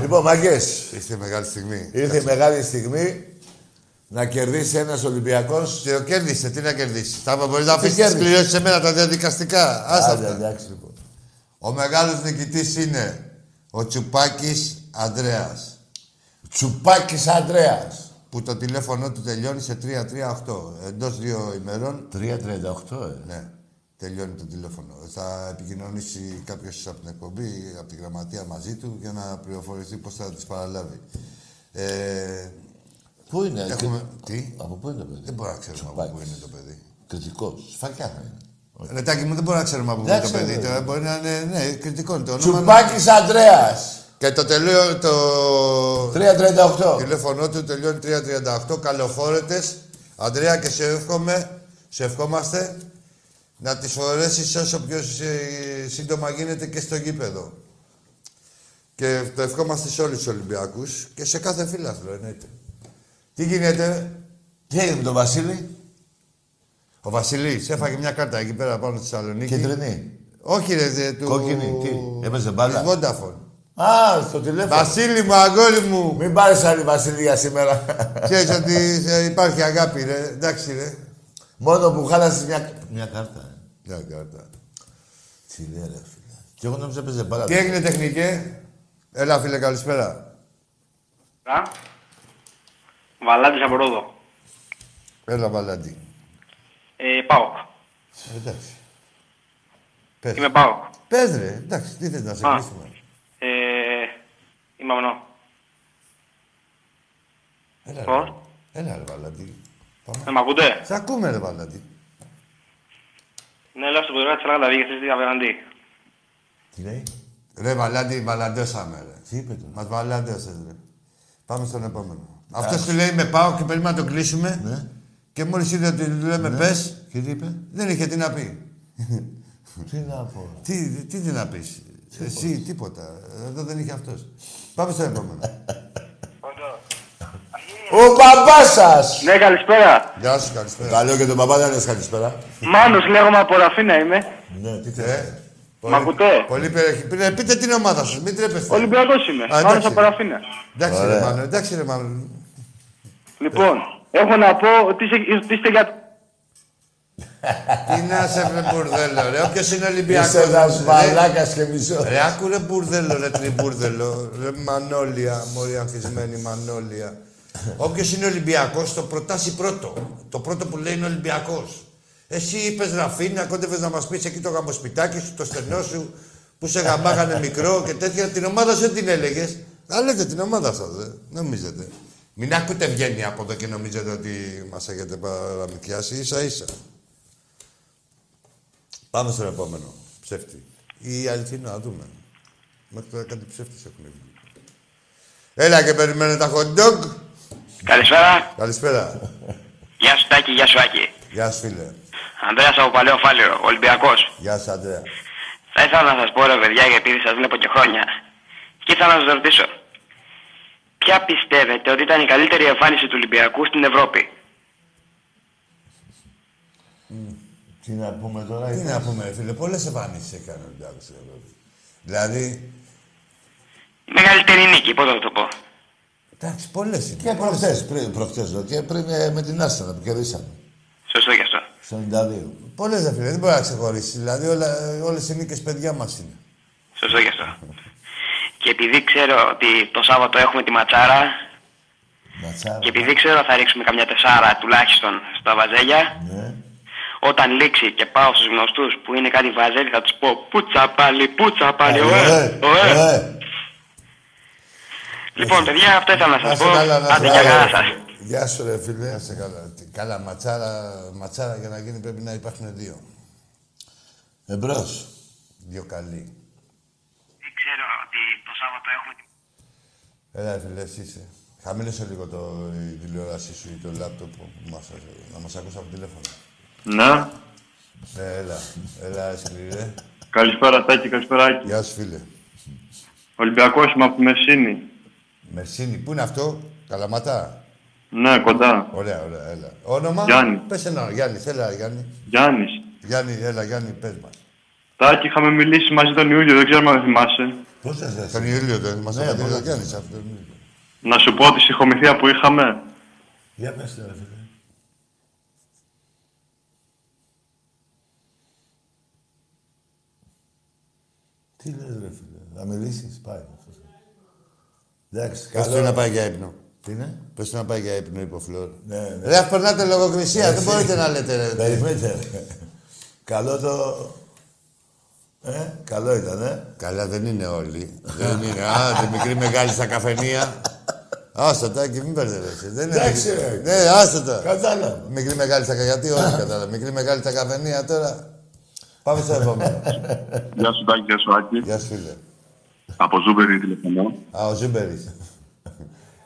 S1: Λοιπόν, μαγκές,
S2: Ήρθε η μεγάλη στιγμή.
S1: Ήρθε η μεγάλη στιγμή να κερδίσει ένας Ολυμπιακός.
S2: Και ο κέρδισε, τι να κερδίσει. Θα μπορεί να
S1: Τι
S2: αφήσεις τις
S1: κέρδισε?
S2: κληρώσεις σε μένα τα διαδικαστικά. Άστα
S1: Άντε,
S2: αυτά.
S1: εντάξει λοιπόν.
S2: Ο μεγάλος νικητής είναι ο Τσουπάκης Ανδρέας.
S1: Τσουπάκης Αντρέα.
S2: Που το τηλέφωνο του τελειώνει σε 338. Εντός δύο ημερών
S1: 3.38, ε.
S2: Ναι. Τελειώνει το τηλέφωνο. Θα επικοινωνήσει κάποιος από την εκπομπή, από τη γραμματεία μαζί του για να πληροφορηθεί πώς θα τις παραλάβει. Ε,
S1: Πού είναι,
S2: έχουμε.
S1: και-
S2: Τι.
S1: Από πού είναι το παιδί.
S2: Δεν μπορώ να ξέρουμε από
S1: Τσουπάκης.
S2: πού είναι το παιδί.
S1: Κριτικός.
S2: Σφακιά θα είναι. Ρετάκι μου, δεν μπορώ να ξέρουμε από πού είναι
S1: Εντάξει, ε,
S2: το παιδί.
S1: βέβαια.
S2: Τώρα μπορεί να είναι ναι, κριτικό είναι το όνομα.
S1: Τσουπάκη Αντρέα.
S2: Και το τελείω το
S1: 3.38.
S2: τηλέφωνό του τελειώνει 338. Καλοφόρετε. Αντρέα και σε εύχομαι, σε ευχόμαστε να τις φορέσεις όσο πιο ε, σύντομα γίνεται και στο γήπεδο. Και το ευχόμαστε σε όλους τους Ολυμπιακούς και σε κάθε φίλαθλο εννοείται. Τι γίνεται,
S1: Τι έγινε με τον Βασίλη.
S2: ο Βασιλής έφαγε μια κάρτα εκεί πέρα πάνω στη Θεσσαλονίκη.
S1: Κεντρινή.
S2: Όχι ρε, δε, του...
S1: Κόκκινη, τι, έπαιζε μπάλα.
S2: της Vodafone.
S1: Α, στο τηλέφωνο.
S2: Βασίλη μου, αγόρι μου,
S1: Μην πάρεις άλλη Βασιλεία σήμερα.
S2: ξέρεις ότι ε, υπάρχει αγάπη ρε, εντάξει ρε.
S1: Μόνο που χάλασες μια, μια κάρτα. ε.
S2: Μια κάρτα.
S1: Τι λέει, ρε φίλε. Και εγώ νόμιζα παίζε μπάλα.
S2: Τι έγινε τεχνικέ. Έλα φίλε καλησπέρα.
S5: Α. Βαλάντης από Ρόδο.
S2: Έλα Βαλάντι.
S5: Ε, ΠΑΟΚ.
S2: Ε, Εντάξει. Πες.
S5: Είμαι ΠΑΟΚ.
S2: Πες ρε. Εντάξει. Τι θες να σε
S5: Α.
S2: κλείσουμε.
S5: Ε, είμαι αμνό.
S2: Έλα ρε.
S5: Πώς? Ε,
S2: Έλα ρε Βαλάντι.
S5: Δεν μ' ακούτε.
S2: Σ' ακούμε ρε Βαλάντι.
S5: Ναι, λέω στον κουδρά της
S3: δηλαδή,
S5: Ράγκα, γιατί είστε απέναντι.
S1: Τι λέει.
S2: Ρε Βαλάντι, βαλαντώσαμε ρε.
S1: Τι είπε τώρα.
S2: Μας βαλαντώσες ρε. Πάμε στον επόμενο. Αυτός σου λέει με πάω και περιμένω να το κλείσουμε.
S1: Ναι.
S2: Και μόλις είδε ότι του λέμε
S1: Ναι.
S2: πες,
S1: Και τι είπε.
S2: δεν είχε τι να πει.
S1: Τι να πω.
S2: Τι, τι, τι να πεις. Εσύ τίποτα. Εδώ δεν είχε αυτός. Πάμε στο επόμενο.
S1: Ο παπάς σας!
S5: Ναι, καλησπέρα.
S2: Γεια σου, καλησπέρα.
S1: Καλό και τον παπά δεν λες καλησπέρα.
S5: Μάνος λέγομαι από Ραφίνα είμαι.
S1: Ναι, τι θε.
S2: Ε,
S5: Μ' ακούτε.
S2: Πολύ περιεχει- πείτε- Πείτε την ομάδα σας, μην τρέπεστε.
S5: Ολυμπιακός είμαι. Μάνος
S2: εντάξει.
S5: από Ραφίνα.
S2: Εντάξει ρε
S1: Ωραία.
S2: Μάνο, εντάξει ρε Μάνο.
S5: Λοιπόν, έχω να πω ότι είστε, ότι είστε για...
S2: Τι να σε βρε μπουρδέλο ρε, όποιος είναι Ολυμπιακός.
S1: Είσαι ένα
S2: ρε.
S1: μαλάκα και μισός.
S2: Ρε άκου ρε μπουρδέλο ρε τριμπούρδελο, ρε μανόλια, μωρή ανθισμένη μανόλια. Όποιος είναι Ολυμπιακός το προτάσει πρώτο. Το πρώτο που λέει είναι Ολυμπιακός. Εσύ είπες Ραφίνα, κόντευες να μας πεις εκεί το γαμοσπιτάκι σου, το στενό σου, που σε γαμπάγανε μικρό και τέτοια. Την ομάδα σου δεν την έλεγες. Να λέτε την ομάδα σας, δε. νομίζετε. Μην ακούτε βγαίνει από εδώ και νομίζετε ότι μας έχετε παραμυθιάσει ίσα ίσα. Πάμε στον επόμενο ψεύτη. Ή αληθινό, να δούμε. Μέχρι τώρα κάτι ψεύτης έχουν βγει. Έλα και περιμένε τα hot dog.
S3: Καλησπέρα.
S2: Καλησπέρα.
S3: Γεια σου Τάκη, γεια σου Άκη.
S2: Γεια σου, φίλε.
S3: Ανδρέας από Παλαιό Φάληρο, Ολυμπιακός.
S2: Γεια σου, Αντρέα.
S3: Θα ήθελα να σας πω ρε παιδιά γιατί σας βλέπω και χρόνια και ήθελα να σας ρωτήσω ποια πιστεύετε ότι ήταν η καλύτερη εμφάνιση του Ολυμπιακού στην Ευρώπη.
S1: Τι να πούμε τώρα.
S2: Τι
S1: είναι-
S2: να πούμε, φίλε, πολλές εμφανίσεις έκανε ο Ολυμπιακός στην Ευρώπη. Δηλαδή,
S3: Η μεγαλύτερη νίκη, πώς θα το πω.
S2: εντάξει, πολλές είναι.
S1: Και προχτέ, πριν, προχτές, λέω, και πριν ε, με την Άστανα που κερδίσαμε.
S3: Σωστό και αυτό.
S1: Στο 92.
S2: Πολλέ, φίλε, δεν μπορεί να ξεχωρίσει. Δηλαδή, όλες οι νίκες παιδιά μας είναι.
S3: Σωστό και αυτό. Και επειδή ξέρω ότι το Σάββατο έχουμε τη ματσάρα
S1: Ματσάρα.
S3: και επειδή ξέρω θα ρίξουμε καμιά τεσσάρα τουλάχιστον στα βαζέλια
S1: Ναι.
S3: όταν λήξει και πάω στους γνωστούς που είναι κάτι βαζέλι θα τους πω πουτσα πάλι, πουτσα πάλι, ωε,
S1: Ωραία,
S3: ωε.
S1: ωραία.
S3: Λοιπόν παιδιά αυτό ήθελα να σας πω,
S2: να
S3: άντε για καλά σας.
S2: Γεια σου, ρε φίλε. Να σε καλά. Τι- Καλά, ματσάρα, ματσάρα για να γίνει πρέπει να υπάρχουν δύο.
S1: Εμπρός.
S2: Δύο καλοί.
S3: Ξέρω ότι το Σάββατο έχουμε
S2: Έλα, φίλε, εσύ είσαι. Χαμήλωσε λίγο το, η τηλεόρασή σου ή το λάπτοπ που μας, να μας ακούσει από τηλέφωνο.
S9: Ναι.
S2: Ναι, έλα. Έλα, σκληρέ.
S9: Καλησπέρα Τάκη, καλησπέρα Άκη.
S2: Γεια σου, φίλε.
S9: Ολυμπιακός είμαι από τη Μεσίνη.
S2: Μερσίνη, πού είναι αυτό, Καλαματά.
S9: Ναι, κοντά.
S2: Ωραία, ωραία, έλα. Όνομα.
S9: Γιάννη.
S2: Πες ένα, Γιάννη, έλα, Γιάννη.
S9: Γιάννης.
S2: Γιάννη, έλα, Γιάννη, πες μας.
S9: Τάκη, είχαμε μιλήσει μαζί τον Ιούλιο, δεν ξέρω αν θυμάσαι.
S1: Πώς θα σα
S2: Τον Ιούλιο δεν μας
S1: Ναι,
S2: ναι,
S1: μπορεί να
S2: ο Γιάννης αυτό.
S9: Να σου πω τη συγχωμηθία που είχαμε.
S1: Για πες τώρα, φίλε. Τι λες, ρε φίλε. Να μιλήσεις, πάει. αυτός. Εντάξει,
S2: Πες του να
S1: καλό.
S2: πάει για ύπνο.
S1: Τι είναι.
S2: Πες του να πάει για ύπνο, είπε ο Φλόρ.
S1: Ναι, ναι.
S2: Ρε, ας περνάτε λογοκρισία, δεν
S1: Εσύ.
S2: μπορείτε να λέτε, ρε.
S1: Περιμένετε. Καλό το. Ε, καλό ήταν, ε.
S2: Καλά, δεν είναι όλοι. δεν είναι. Άντε, μικρή μεγάλη στα καφενεία. Άστα τα και μην μπερδεύεσαι. Δεν είναι.
S1: Εντάξει, ρε.
S2: Ναι, άστα τα.
S1: Κατάλαβα.
S2: Μικρή μεγάλη στα καφενεία. Γιατί όλοι κατάλαβα. Μικρή μεγάλη στα καφενεία τώρα. Πάμε στο επόμενο.
S9: Γεια σου Τάκη, γεια σου Άκη.
S2: Γεια σου, φίλε.
S9: Από Ζούμπερι τηλεφωνώ.
S2: Α, ο Ζούμπερης.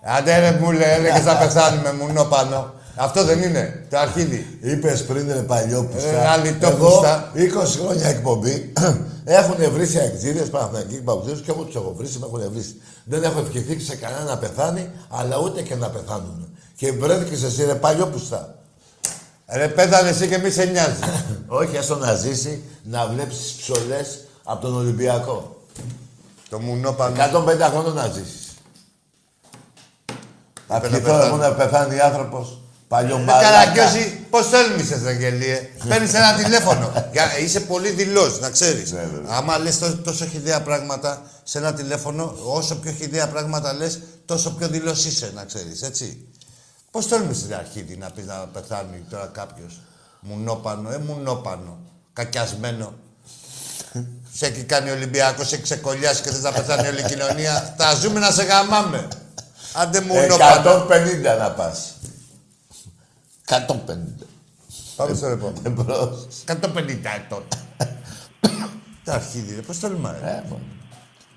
S2: Άντε ρε μου λέει, έλεγες θα πεθάνουμε, μουνό πάνω. Αυτό δεν είναι, το αρχίδι.
S1: Είπες πριν ρε παλιό
S2: Ε,
S1: πουστά.
S2: άλλη το
S1: Εγώ
S2: πουστά.
S1: 20 χρόνια εκπομπή [clears throat] έχουν βρει αεκτήρε Παναθανική Παγκοσμίου και εγώ τους έχω βρει, με έχουν βρει. Δεν έχω ευχηθεί σε κανένα να πεθάνει, αλλά ούτε και να πεθάνουν. Και βρέθηκες εσύ ρε παλιό πουστά.
S2: Ρε πέθανε εσύ και μη σε νοιάζει.
S1: [laughs] Όχι, έστω να ζήσει να βλέπεις τις ψωλές από τον Ολυμπιακό.
S2: το μουνό πάνω.
S1: 150 χρόνια να ζήσεις.
S2: Πρέπει να
S1: Ευχηθώ
S2: πεθάνει.
S1: εγώ να πεθάνει άνθρωπος παλιό
S2: Ε, Καλά,
S1: μαλάκα.
S2: κι όσοι, πώς έλμησε, Αγγελίε. Παίρνει ε? ένα τηλέφωνο. Για- Είσαι πολύ δηλός, να ξέρεις. Άμα λες τόσο χιδέα πράγματα σε ένα τηλέφωνο, όσο πιο χιδέα πράγματα λες, τόσο πιο δηλός είσαι, να ξέρεις, έτσι. Πώς θέλουμε στην αρχή να πει να πεθάνει τώρα κάποιος. Μουνόπανο, ε, μουνόπανο. Κακιασμένο. σε έχει κάνει Ολυμπιακός, σε έχει ξεκολλιάσει και θες να πεθάνει όλη η κοινωνία. Τα ζούμε να σε γαμάμε. Άντε
S1: Ε,
S2: μουνόπανο.
S1: 150 να πας. 150.
S2: Πάμε στο επόμενο.
S1: Εμπρός.
S2: 150 ετών. Τα αρχίδι, ρε, πώς τολμάει.
S1: Ε, μόνο.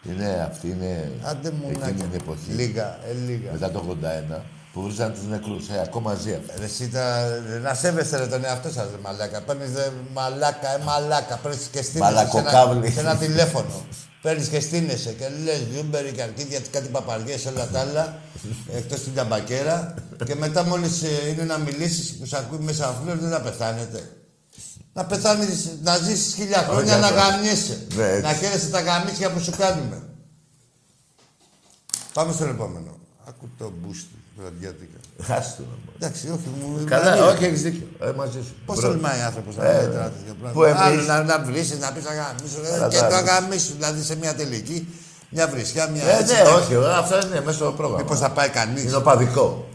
S1: Είναι αυτή, είναι
S2: Άντε μου να
S1: εκείνη την εποχή.
S2: Λίγα, ε, λίγα.
S1: Μετά το 81 που βρήκαν τους νεκρούς. Ε, ακόμα ζει αυτό.
S2: Ρε, εσύ τα... ρε, να σέβεστε ρε τον εαυτό σας, ρε μαλάκα. Παίρνεις ρε, μαλάκα, ε, μαλάκα. Παίρνεις και στείνεσαι σε ένα,
S1: Μαλακοκάβλη.
S2: σε ένα τηλέφωνο. Παίρνεις και στείνεσαι και λες γιούμπερι, καρκίδια, κάτι παπαριές, όλα τα άλλα, εκτός την ταμπακέρα. και μετά μόλις ε, είναι να μιλήσεις που σε ακούει μέσα αφού δεν να πεθάνετε. Να πεθάνεις, να ζήσεις χιλιά χρόνια, να
S1: αυτό.
S2: γαμιέσαι.
S1: Ναι, έτσι.
S2: να χαίρεσαι τα γαμίσια που σου κάνουμε. Πάμε στον επόμενο. Άκου το μπούστι, βραδιάτικα.
S1: Χάστο. μόνο.
S2: Εντάξει, όχι, μου
S1: Καλά,
S2: μαλεί.
S1: όχι, έχεις δίκιο. Ε, μαζί σου.
S2: Πώς
S1: Μπρο.
S2: τολμάει άνθρωπος να
S1: Ε,
S2: κάνει τώρα τέτοια
S1: που
S2: πράγματα.
S1: εμείς-
S2: Άλλο να, να βρει, να πεις να γαμίσου. ε,
S1: Καλά,
S2: Και το
S1: τώρα.
S2: αγαμίσου, δηλαδή σε μια τελική, μια βρισιά, μια.
S1: Ε, ναι, όχι, ε, αυτά είναι μέσα στο πρόγραμμα.
S2: Μήπως θα πάει κανείς.
S1: Είναι οπαδικό.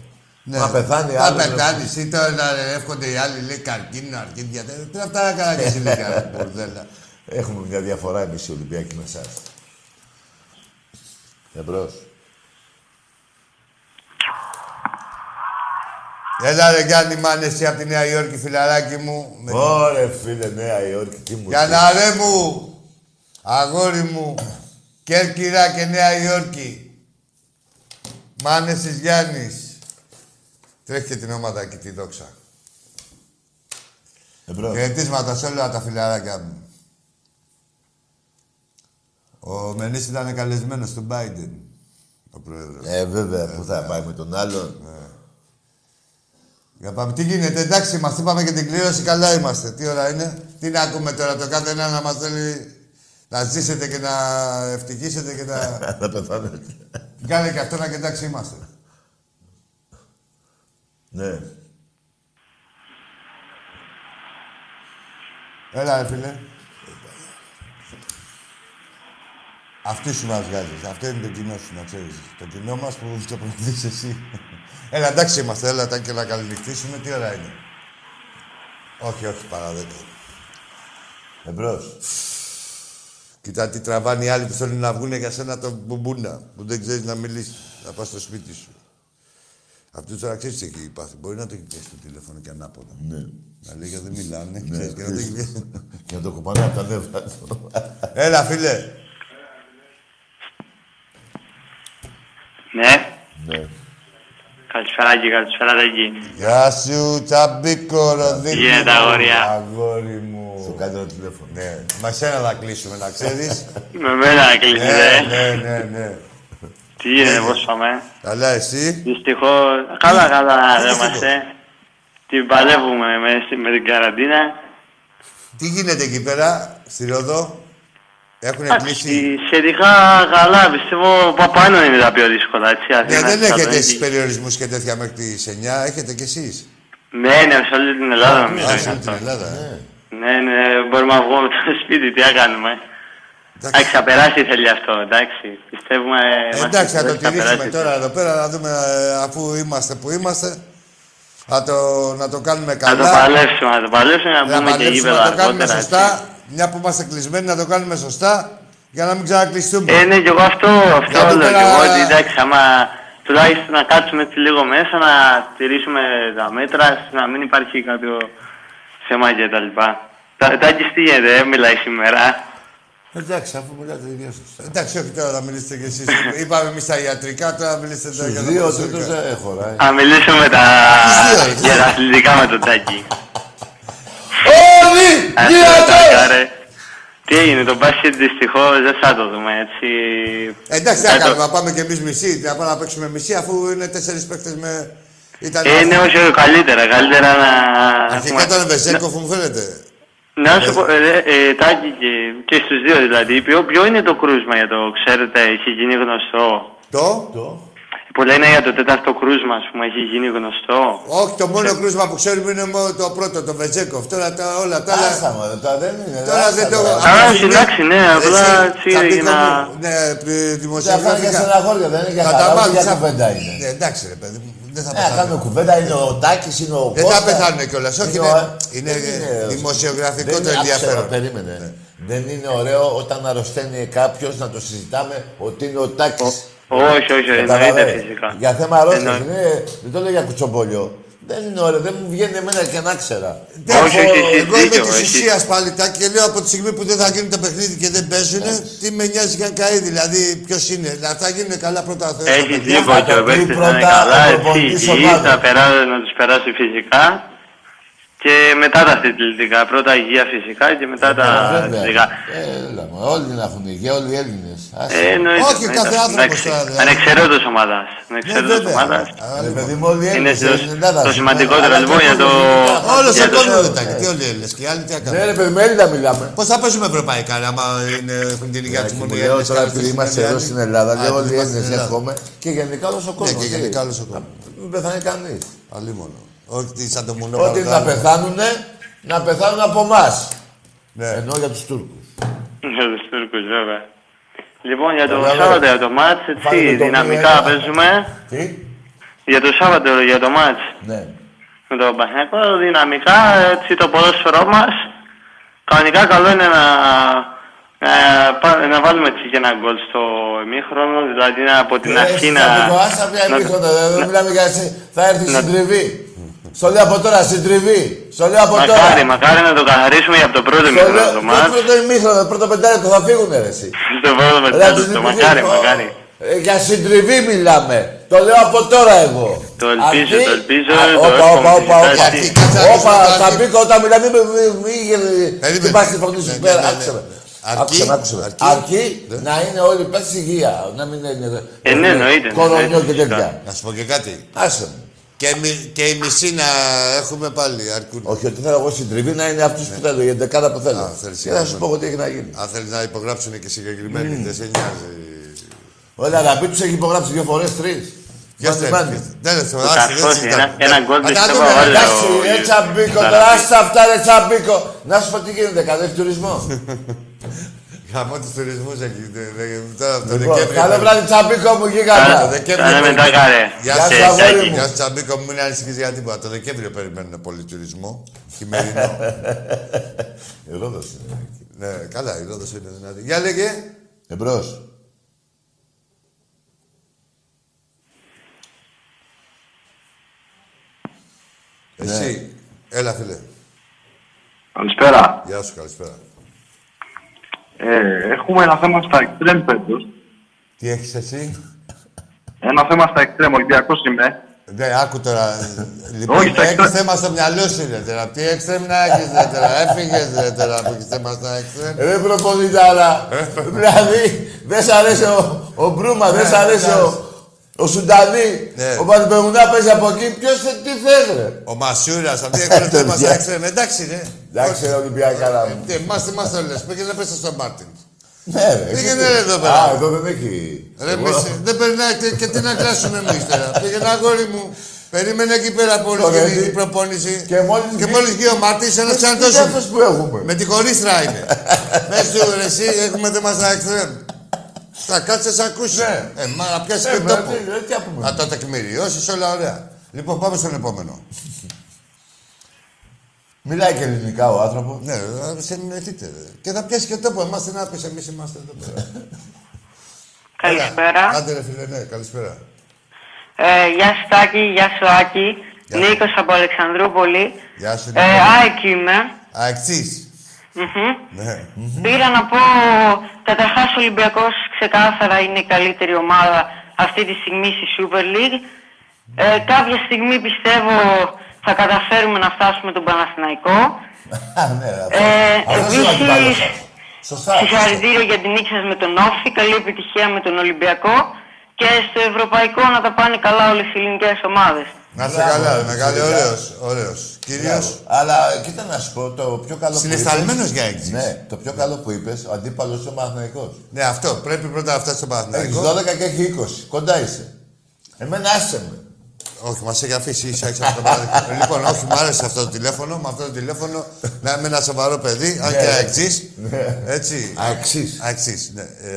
S1: Να πεθάνει
S2: Θα
S1: άλλος.
S2: πεθάνει ή τώρα να εύχονται οι άλλοι, λέει καρκίνο, αρκίδια. τε- Τι αυτά να κάνεις και εσύ, λέει
S1: [laughs]
S2: καλά, μπουρδέλα.
S1: Έχουμε μια διαφορά εμείς οι Ολυμπιακοί με εσάς. Εμπρός.
S2: Έλα ρε Γιάννη Μάνε, εσύ από τη Νέα Υόρκη, φιλαράκι μου. με-
S1: Ωρε φίλε Νέα Υόρκη, τι μου
S2: Για
S1: λες.
S2: να ρε μου, αγόρι μου, Κέρκυρα και Νέα Υόρκη. Μάνες της Γιάννης. Τρέχει και την ομάδα εκεί τη δόξα.
S1: Εμπρός.
S2: Χαιρετίσματα σε όλα τα φιλαράκια μου. Ο Μενής ήταν καλεσμένος του Biden, ο πρόεδρος. ε.
S1: Ε, βέβαια, που θα πάει με τον άλλον.
S2: Για πάμε. Τι γίνεται, εντάξει, μας είπαμε και την κλήρωση, καλά είμαστε. Τι ώρα είναι, τι να ακούμε τώρα, το κάθε ένα να μας θέλει να ζήσετε και να ευτυχίσετε και να...
S1: [laughs] Να πεθάνετε.
S2: Κάνε και αυτό να κοιτάξει είμαστε.
S1: Ναι.
S2: Έλα, ρε φίλε. Αυτή σου μας βγάζεις. Αυτό είναι το κοινό σου, να ξέρεις. Το κοινό μας που το προωθείς εσύ. Έλα, εντάξει είμαστε. Έλα, τα και να καληνυχτήσουμε. Τι ώρα είναι. Όχι, όχι, παρά δέκα.
S1: Εμπρός.
S2: Κοίτα τι τραβάνε οι άλλοι που θέλουν να βγουν για σένα το μπουμπούνα που δεν ξέρεις να μιλήσεις. Να πας στο σπίτι σου. Αυτό τώρα ξέρεις τι έχει πάθει. Μπορεί να το έχεις πιάσει το τηλέφωνο και ανάποδα. Ναι. Να λέει και δεν μιλάνε. ξέρεις, και να το έχεις πιάσει.
S1: Και να το κουμπάνε από τα νεύρα του.
S2: Έλα, φίλε.
S8: Ναι.
S1: Ναι.
S8: Καλησπέρα και καλησπέρα Ρέγκη.
S2: Γεια σου, τσαμπίκο, ροδίκο.
S8: Γίνεται, αγόρια.
S2: Αγόρι μου.
S1: Στο κάτω ένα τηλέφωνο.
S2: Ναι, με σένα θα κλείσουμε, να ξέρεις.
S8: Με μένα κλείσετε.
S2: ναι,
S8: ε.
S2: ναι, ναι, ναι.
S8: Τι γίνεται, πώς πάμε.
S2: Καλά, εσύ.
S8: Δυστυχώς, καλά καλά
S2: Τι
S8: ρε είμαστε. Την παλεύουμε με, με την καραντίνα.
S2: Τι γίνεται εκεί πέρα, στη Ρόδο. Έχουν κλείσει.
S8: Εντάξει, σχετικά καλά, πιστεύω πάνω είναι τα πιο δύσκολα, έτσι.
S2: Ναι,
S8: Αθήνα,
S2: δεν έχετε
S8: Θεσσαλονίκη.
S2: εσείς περιορισμούς και τέτοια μέχρι τις 9. Έχετε κι εσείς.
S8: Ναι, ναι, σε όλη την Ελλάδα νομίζω
S2: Α, σε
S8: είναι
S2: όλη την
S8: αυτό.
S2: Ελλάδα. ε.
S8: Ναι, ναι, μπορούμε να βγούμε από το σπίτι, τι να κάνουμε. Εντάξει, θα περάσει θέλει αυτό, εντάξει. Πιστεύουμε...
S2: Ε,
S8: μας
S2: Εντάξει, θα το
S8: πιστεύει,
S2: τηρήσουμε
S8: περάσει.
S2: τώρα εδώ πέρα, να δούμε ε, αφού είμαστε που είμαστε. Να το, να το κάνουμε
S8: Να
S2: καλά.
S8: το παλέψουμε, να το παλέψουμε, να
S2: Να
S8: πούμε και
S2: παλέψουμε
S8: γήπεδα
S2: να το κάνουμε
S8: αργότερα. έτσι.
S2: σωστά, μια που είμαστε κλεισμένοι, να το κάνουμε σωστά για να μην ξανακλειστούμε.
S8: Ε, ναι, κι εγώ αυτό, αυτό
S2: Γιατί
S8: λέω
S2: τώρα-
S8: κι εγώ, ότι εντάξει, άμα τουλάχιστον να κάτσουμε έτσι λίγο μέσα, να τηρήσουμε τα μέτρα, να μην υπάρχει κάποιο θέμα και τα λοιπά. Τα, τάκης τι γίνεται, ε, μιλάει σήμερα.
S1: Εντάξει, αφού μιλάτε τα ίδια σας.
S2: Εντάξει, όχι τώρα θα μιλήσετε κι εσείς. Είπαμε εμείς τα ιατρικά, τώρα μιλήσετε
S1: Στους
S2: τώρα Ε, για τα
S1: δύο ε.
S2: ποδοσφαιρικά.
S1: τρίτους δεν χωράει.
S8: Θα μιλήσουμε τα...
S2: Τις δύο,
S8: για τα αθλητικά με τον
S2: [laughs]
S8: Τάκη.
S1: Όλοι
S8: Ας το Τάκα, ρε. Τι έγινε, το μπάσκετ δυστυχώς δεν θα το δούμε, έτσι.
S2: Εντάξει, τι
S8: Θα
S2: να
S8: το-
S2: κάνουμε, να πάμε κι εμείς μισή, να πάμε να παίξουμε μισή, αφού είναι τέσσερις παίκτες με. Ήταν
S8: Ε, ναι, όχι, καλύτερα, καλύτερα να...
S2: Αρχικά ήταν Βεζέκοφ, μου φαίνεται.
S8: Να σου πω, ε, ε, Τάκη και, και στους δύο δηλαδή, ποιο, ποιο είναι το κρούσμα για το, ξέρετε, έχει γίνει γνωστό.
S2: Το.
S1: Το.
S8: που λένε για το τέταρτο κρούσμα, ας πούμε, έχει γίνει γνωστό.
S2: Όχι, το μόνο κρούσμα που ξέρουμε είναι μόνο το πρώτο, το Βετζέκοφ. Τώρα τα, όλα τα άλλα.
S1: Άστα μου, τώρα δεν είναι.
S2: Τώρα δεν το.
S8: Α, εντάξει, ναι, απλά έτσι για να.
S2: Ναι,
S1: Θα
S2: πι-
S1: φάνε για
S2: δημοσιογραφικά.
S1: στεναχώρια, δεν είναι για
S2: Θα τα
S1: χαρά,
S2: βάλεις
S1: για
S2: σαν-
S1: κουβέντα είναι.
S2: Ναι, εντάξει, ρε παιδί μου. Δεν θα
S1: Ε, να κάνουμε
S2: πεθάνουν.
S1: κουβέντα, είναι ο Τάκης, είναι ο
S2: Δεν θα
S1: Κώστας.
S2: πεθάνουν κιόλας. Όχι,
S1: Είναι ο-
S2: είναι,
S1: δεν
S2: είναι
S1: είναι-
S2: δημοσιογραφικό
S1: Δεν
S2: το
S1: είναι- άκουσε με,
S2: ενδιαφέρον. Ναι.
S1: Περίμενε. Δεν είναι ωραίο όταν αρρωσταίνει κάποιος να το συζητάμε ότι είναι ο Τάκης.
S8: Όχι, όχι, εννοείται
S1: Καταλαβαίνεις.
S8: φυσικά.
S1: Για θέμα αρρώστιας,
S8: Εννοεί-
S1: είναι- δεν το λέω για κουτσομπολιό. Δεν είναι ωραίο, δεν μου βγαίνει εμένα και να ξέρα.
S2: Δεν
S8: Όχι,
S2: έχω-
S8: όχι, εσύ
S2: εγώ είμαι
S8: δίκιο,
S2: της
S8: εσύ.
S2: ουσία πάλι τάκη και λέω από τη στιγμή που δεν θα γίνει το παιχνίδι και δεν παίζουν, τι με νοιάζει καν καεί. Δηλαδή, ποιος είναι. Να θα γίνουν καλά πρώτα Θεός, τα
S8: Έχει
S2: παιδιά.
S8: δίκιο και ο παίκτη θα είναι
S1: πρώτα
S8: καλά,
S1: ο
S8: έτσι
S1: προπονητής
S8: υγιή,
S1: ομάδα.
S8: θα περάσει να τους περάσει φυσικά και μετά τα αθλητικά. Πρώτα υγεία φυσικά και μετά τα
S1: Ε, Βέβαια.
S8: αθλητικά.
S1: Έλα μου, όλοι να έχουν υγεία, όλοι οι Έλληνες. Άσε.
S8: Ε, εννοείται,
S2: Όχι, κάθε
S8: εννοείται.
S2: άνθρωπος
S8: Εντάξει.
S2: τώρα, δηλαδή.
S8: Ανεξαιρέτως ομάδας.
S2: Ναι,
S8: Ανεξαιρέτως ομάδας.
S2: βέβαια.
S1: Ρε παιδί μου, όλοι οι
S2: Ε,
S8: Είναι
S1: Έλληνες,
S8: το,
S1: η Ελλάδα,
S2: ναι,
S8: το
S1: ας πούμε,
S8: σημαντικότερο
S1: αλλά
S8: λοιπόν
S1: και
S8: για το...
S1: πολιτικά.
S2: Όλο
S8: για
S2: ο
S8: το-
S2: κόσμο δεν τα Και όλοι οι Έλληνες και οι άλλοι τι θα
S1: Ναι,
S2: κάνουν.
S1: ρε παιδί μου, Έλληνα μιλάμε.
S2: Πώς θα παίζουμε ευρωπαϊκά, ρε, άμα είναι, έχουν την υγεία του
S1: Μου
S2: μόνο οι
S1: λέω
S2: Έλληνες
S1: τώρα
S2: και άλλοι
S1: επειδή είμαστε
S2: είναι
S1: εδώ
S2: οι
S1: στην
S2: άλλοι.
S1: Ελλάδα,
S2: Α,
S1: λέω όλοι
S2: επειδή
S1: οι
S2: είμαστε
S1: Έλληνες
S2: στην Ελλάδα.
S1: εύχομαι και γενικά όλος ο κόσμος.
S2: και
S1: έτσι.
S2: γενικά όλος ο κόσμος.
S1: Μην πεθάνει κανείς.
S2: Αλλή μόνο. Όχι τι σαν το μουνό.
S1: Ό,τι
S2: παρακάτω.
S1: να πεθάνουνε, να πεθάνουν από εμάς.
S2: Ναι.
S1: Ενώ για τους Τούρκους.
S8: Για τους Τούρκους Ε, βέβαια. Λοιπόν, για το
S1: Βέβαια.
S8: Σάββατο για το μάτς,
S1: Φάνηκε
S8: έτσι,
S1: το
S8: δυναμικά
S1: μία.
S8: παίζουμε.
S1: Τι?
S8: Για το Σάββατο για το μάτς
S1: Ναι.
S8: με τον Παναθηναϊκό, δυναμικά, έτσι το ποδόσφαιρό μας. Κανονικά καλό είναι να, ε, πα- να βάλουμε έτσι και ένα γκολ στο ημίχρονο, δηλαδή να- από
S1: Ε,
S8: την αρχή να...
S1: Άσε πια
S8: να-
S1: επίχρονο,
S8: να-
S1: δεν μιλάμε για εσύ. Θα έρθει
S8: να-
S1: συντριβή. Στο λέω από τώρα, συντριβή. Στο λέω από
S8: Μακάρι,
S1: τώρα.
S8: μακάρι να το καθαρίσουμε για από το πρώτο
S1: Στο
S8: ημίχρονο
S1: λέω-
S8: το
S1: το
S8: μάτς.
S1: πρώτο ημίχρονο, το πρώτο πεντάλεπτο θα φύγουνε ρε εσύ.
S8: Στο πρώτο
S1: Ρε, τους
S8: μετά το
S1: νικητές.
S8: μακάρι,
S1: Ω,
S8: μακάρι.
S1: ε, Για συντριβή μιλάμε. Το λέω από τώρα εγώ.
S8: Το ελπίζω,
S1: Αυτή-
S8: το ελπίζω,
S1: Α, Όπα,
S8: το
S1: όπα,
S8: εύχομαι,
S1: όπα, όπα.
S8: κοιτάξτε.
S2: Γιατί, κάτσε να
S1: Όπα,
S2: ακούσουμε το
S1: θα
S2: Άρη.
S1: μπει όταν μιλάμε, μη- μη- μη
S2: Περίμενε.
S1: μην πας τη φωνή
S2: Ναι,
S1: σου
S2: ναι,
S1: πέρα.
S2: ναι, ναι.
S1: Άκουσε με.
S2: Αρκεί-
S1: Άκουσε με, άκουσε με.
S2: αρκεί- Ναι.
S1: Αρκεί να είναι όλοι πες υγεία, να μην είναι
S8: Ε, ναι, εννοείται,
S1: κορονοϊό
S8: εννοείται,
S1: και
S8: φυσικά.
S1: τέτοια.
S2: Να σου πω και κάτι.
S1: Άσε μου.
S2: Και, μι- και η μισή να έχουμε πάλι αρκούν.
S1: Όχι, ότι θέλω εγώ συντριβή να είναι αυτούς που θέλω, η εντεκάδα που θέλω.
S2: Ναι. Α, θέλεις
S1: Και θα
S2: η
S1: σου πω ότι έχει να γίνει.
S2: Αν θέλεις να υπογράψουν και
S1: Mm.
S2: συγκεκριμένοι, δεν σε νοιάζει.
S1: Όλα τα τους έχει υπογράψει δύο φορές, τρεις.
S2: Ποιο θέλει. Δεν θέλω. άσε, δεν
S8: Καρφώσει,
S2: συζητάμε.
S8: ένα- ένα γκολ
S2: Α, τα
S8: πιστεύω,
S2: δούμε,
S8: βάλε.
S2: εντάξει.
S1: Εντάξει, ε,
S8: ο-
S1: ρε τσαμπίκο,
S8: Καλά.
S1: τώρα άστα αυτά, ρε τσαμπίκο. Να σου πω τι γίνεται, καλές τουρισμός.
S2: Γαμώ τους τουρισμούς εκεί. δε- δε- Τώρα το
S1: Λοιπόν,
S2: Δεκέμβριο.
S1: καλό βράδυ, τσαμπίκο μου,
S2: Το
S1: γίγαντα.
S2: Δεκέμβριο.
S8: Άρα μετά
S2: περιμένουμε.
S8: καρέ.
S1: Γεια
S2: Γεια σου,
S1: σου, αγόρι
S2: Τσαμπίκο.
S1: μου.
S2: Γεια σου, Τσαμπίκο μου. Μην ανησυχείς για τίποτα. Το Δεκέμβριο περιμένουν πολύ τουρισμό.
S1: [laughs]
S2: Χειμερινό.
S1: Η Ρόδος είναι.
S2: Ναι, καλά, η Ρόδος είναι δυνατή. Για λέγε.
S1: Εμπρός.
S2: Εσύ.
S1: Ναι.
S2: Έλα, φίλε.
S5: Καλησπέρα.
S2: Γεια σου, καλησπέρα.
S5: Ε, έχουμε ένα θέμα στα εξτρέμ φέτος.
S2: Τι έχεις εσύ.
S5: Ένα θέμα στα εξτρέμ, Ολυμπιακός είμαι.
S2: Ναι, άκου τώρα. λοιπόν,
S5: Όχι, τα
S2: έχεις
S5: εξτρέμ.
S2: θέμα στο μυαλό σου, ρε τώρα. Τι έξτρεμ να έχεις, ρε τώρα. Έφυγες, ρε τώρα, που έχεις θέμα στα έξτρεμ.
S1: Ρε προπονητάρα. Δηλαδή, δεν σ' αρέσει ο, ο Μπρούμα, δεν σ' αρέσει ο, ο Σουντανί.
S2: Ναι.
S1: Ο Παντεπεμουνά παίζει από εκεί. Ποιος θε- τι θες, ρε.
S2: Ο Μασούρας, αυτοί έχουν θέμα στα
S1: Ε, Παιδιά.
S2: έξτρεμ. Εντάξει, ρε.
S1: Εντάξει, ρε Ολυμπιακά να μου.
S2: Τι, εμάς τι μας το λες, πήγαινε πέστε στον Μάρτιν.
S1: Ναι, ρε.
S2: Πήγαινε,
S1: εσύ.
S2: ρε, εδώ πέρα.
S1: Α, εδώ δεν έχει.
S2: Ρε,
S1: Εγώ-
S2: μισή, δεν περνάει και, και τι να κράσουμε εμείς τώρα. Πήγαινε αγόρι μου. Περίμενε εκεί πέρα που όλους
S1: Ωραία,
S2: γίνει
S1: τι-
S2: η προπόνηση.
S1: και μόλις
S2: και
S1: βγει-
S2: μόλις βγει ο Μάρτις, ένας
S1: Τι
S2: ξανατός
S1: τέφος που έχουμε.
S2: Με τη χωρίστρα είναι. Πες του, ρε, εσύ, έχουμε θέμα στα εξτρέμ. Θα κάτσε να ακούσει.
S1: Ναι.
S2: Ε, μα να πιάσει
S1: Ε,
S2: και
S1: μα,
S2: τόπο.
S1: τι- ρε, τι να πούμε.
S2: Να τα τεκμηριώσεις όλα ωραία. Λοιπόν, πάμε στον επόμενο.
S1: Μιλάει και ελληνικά ο άνθρωπος.
S2: ναι, ρε, σε εννοηθείτε. ρε. Και θα πιάσει και τόπο. Εμάς την άπησε, εμείς είμαστε εδώ πέρα.
S4: Καλησπέρα.
S2: Άντε, ρε φίλε, ναι, καλησπέρα.
S4: Ε, γεια σου Τάκη, γεια σου Άκη.
S2: Γεια.
S4: Νίκος από Αλεξανδρούπολη.
S2: Γεια σου,
S4: Ε,
S2: Νίκο.
S4: ΑΕΚ είμαι.
S2: Αεξής. Ναι.
S4: Πήρα να πω, καταρχάς ο Ολυμπιακός ξεκάθαρα είναι η καλύτερη ομάδα αυτή τη στιγμή στη Super League. Ε, κάποια στιγμή πιστεύω θα καταφέρουμε να φτάσουμε τον Παναθηναϊκό.
S1: [laughs] Α, ναι, ρε.
S4: Ε,
S1: Αυτό είναι ο αντίπαλος
S4: Επίσης,
S1: σας. Σωστά.
S4: Συγχαρητήρια για την νίκη σας με τον Όφη, καλή επιτυχία με τον Ολυμπιακό και στο Ευρωπαϊκό να τα πάνε καλά όλες οι ελληνικές ομάδες.
S2: Να σε
S1: Μπράβο,
S2: καλά,
S1: ρε,
S2: μεγάλη,
S1: φυσικά.
S2: ωραίος, ωραίος. Κυρίως,
S1: Μπράβο. Αλλά κοίτα να σου πω το πιο καλό
S2: Συναισθαλμένος
S1: που
S2: για
S1: είπες,
S2: έξι.
S1: Ναι, το πιο καλό που είπες, ο αντίπαλος είναι ο Παναθηναϊκός.
S2: ναι, αυτό, πρέπει πρώτα να φτάσει στο
S1: Έχεις
S2: Παναθηναϊκό.
S1: 12 και έχει 20. Κοντά είσαι.
S2: Εμένα άσε με. Όχι, μας έχει αφήσει ίσα, ίσα αυτό το
S1: [laughs]
S2: παράδειγμα. λοιπόν, όχι, μου άρεσε αυτό το τηλέφωνο. Με αυτό το τηλέφωνο να είμαι ένα σοβαρό παιδί, αν και
S1: Ναι.
S2: αξί.
S1: Ναι.
S2: Έτσι.
S1: Αξής.
S2: Αξής, ναι. Ε,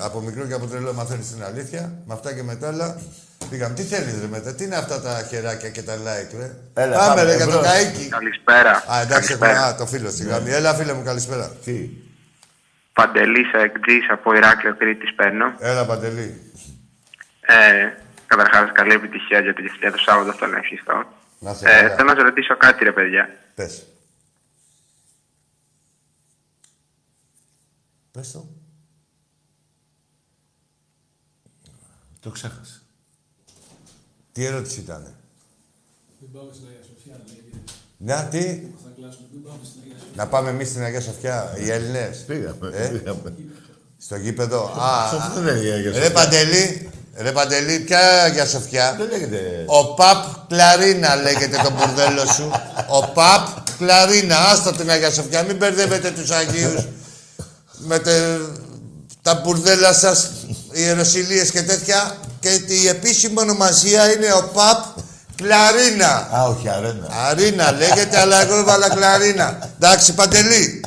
S2: από μικρό και από τρελό μαθαίνεις την αλήθεια. Με αυτά και με τα άλλα. Πήγαμε. Τι θέλεις, ρε μετά, τι είναι αυτά τα χεράκια και τα like, ρε.
S1: Έλα,
S2: πάμε,
S1: πάμε,
S2: ρε, για το
S1: εμπρός.
S2: καίκι.
S10: Καλησπέρα.
S2: Α, εντάξει,
S10: Καλησπέρα. Ναι.
S2: έχω- α, το φίλο στη γραμμή. Έλα, φίλε μου, καλησπέρα. Τι.
S10: Παντελής Αεκτζής από Ηράκλειο Κρήτης παίρνω.
S2: Έλα, Παντελή.
S10: Ε, καταρχάς καλή επιτυχία για την Κυριακή του Σάββατο στον ευχηθώ.
S2: Να σε
S10: Ε,
S2: καλά.
S10: θέλω να σε ρωτήσω κάτι ρε παιδιά.
S2: Πες. Πες το.
S1: Το ξέχασε.
S2: Τι ερώτηση ήταν.
S11: Μην πάμε στην Αγία Σοφία, λέγε.
S2: Να, τι.
S11: Θα κλάσουμε, μην πάμε στην Αγία Σοφία.
S2: Να πάμε εμείς στην Αγία Σοφιά, οι Έλληνες. Πήγαμε, πήγαμε. Στο γήπεδο. Ε? Α, Ε,
S1: αυτό δεν είναι η Αγία
S2: Ρε
S1: Σοφιά.
S2: Παντελή, ρε Παντελή, ποια Αγία Σοφιά. Δεν λέγεται. Ο Παπ Κλαρίνα λέγεται το μπουρδέλο σου. Ο Παπ Κλαρίνα, άστα την Αγία Σοφιά, μην μπερδεύετε τους Αγίους με τε- τα μπουρδέλα σας, ιεροσιλίε και τέτοια. Και η επίσημη ονομασία είναι ο Παπ Κλαρίνα.
S1: Α, όχι, αρένα.
S2: Αρίνα λέγεται, αλλά εγώ έβαλα κλαρίνα. Εντάξει, Παντελή.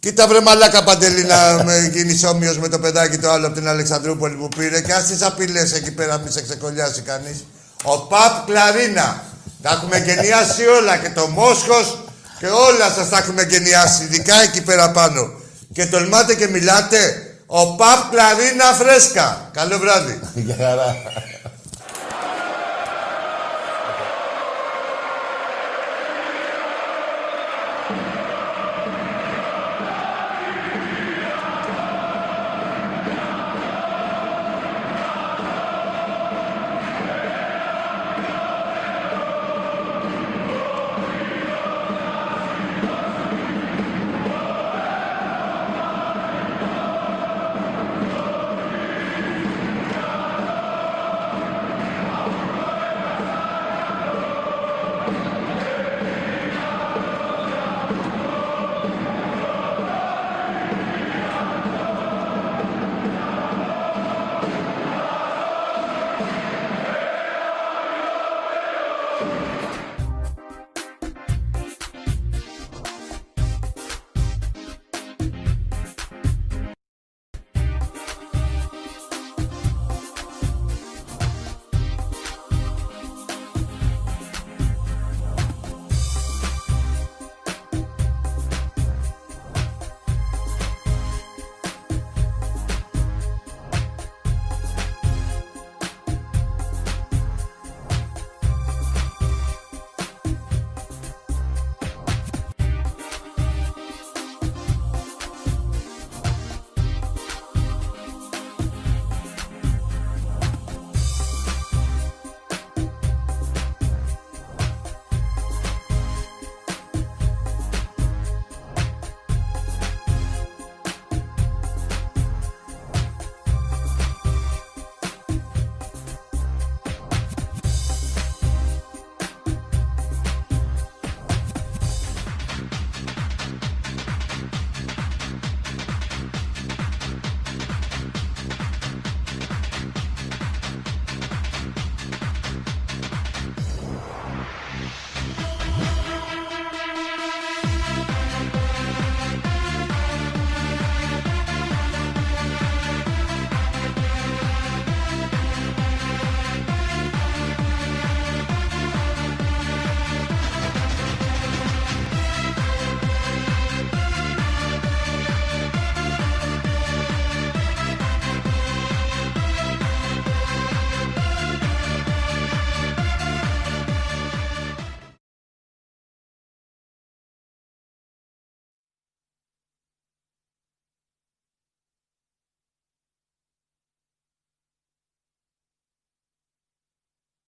S2: Κοίτα βρε μαλάκα Παντελή να με γίνεις όμοιος με το παιδάκι το άλλο από την Αλεξανδρούπολη που πήρε και ας τις απειλές εκεί πέρα μην σε ξεκολλιάσει κανείς. Ο Παπ Κλαρίνα. Τα έχουμε γενιάσει όλα και το Μόσχος και όλα σας τα έχουμε γενιάσει, ειδικά εκεί πέρα πάνω. Και τολμάτε και μιλάτε. Ο Παπ Κλαρίνα φρέσκα. Καλό βράδυ.
S1: Για χαρά.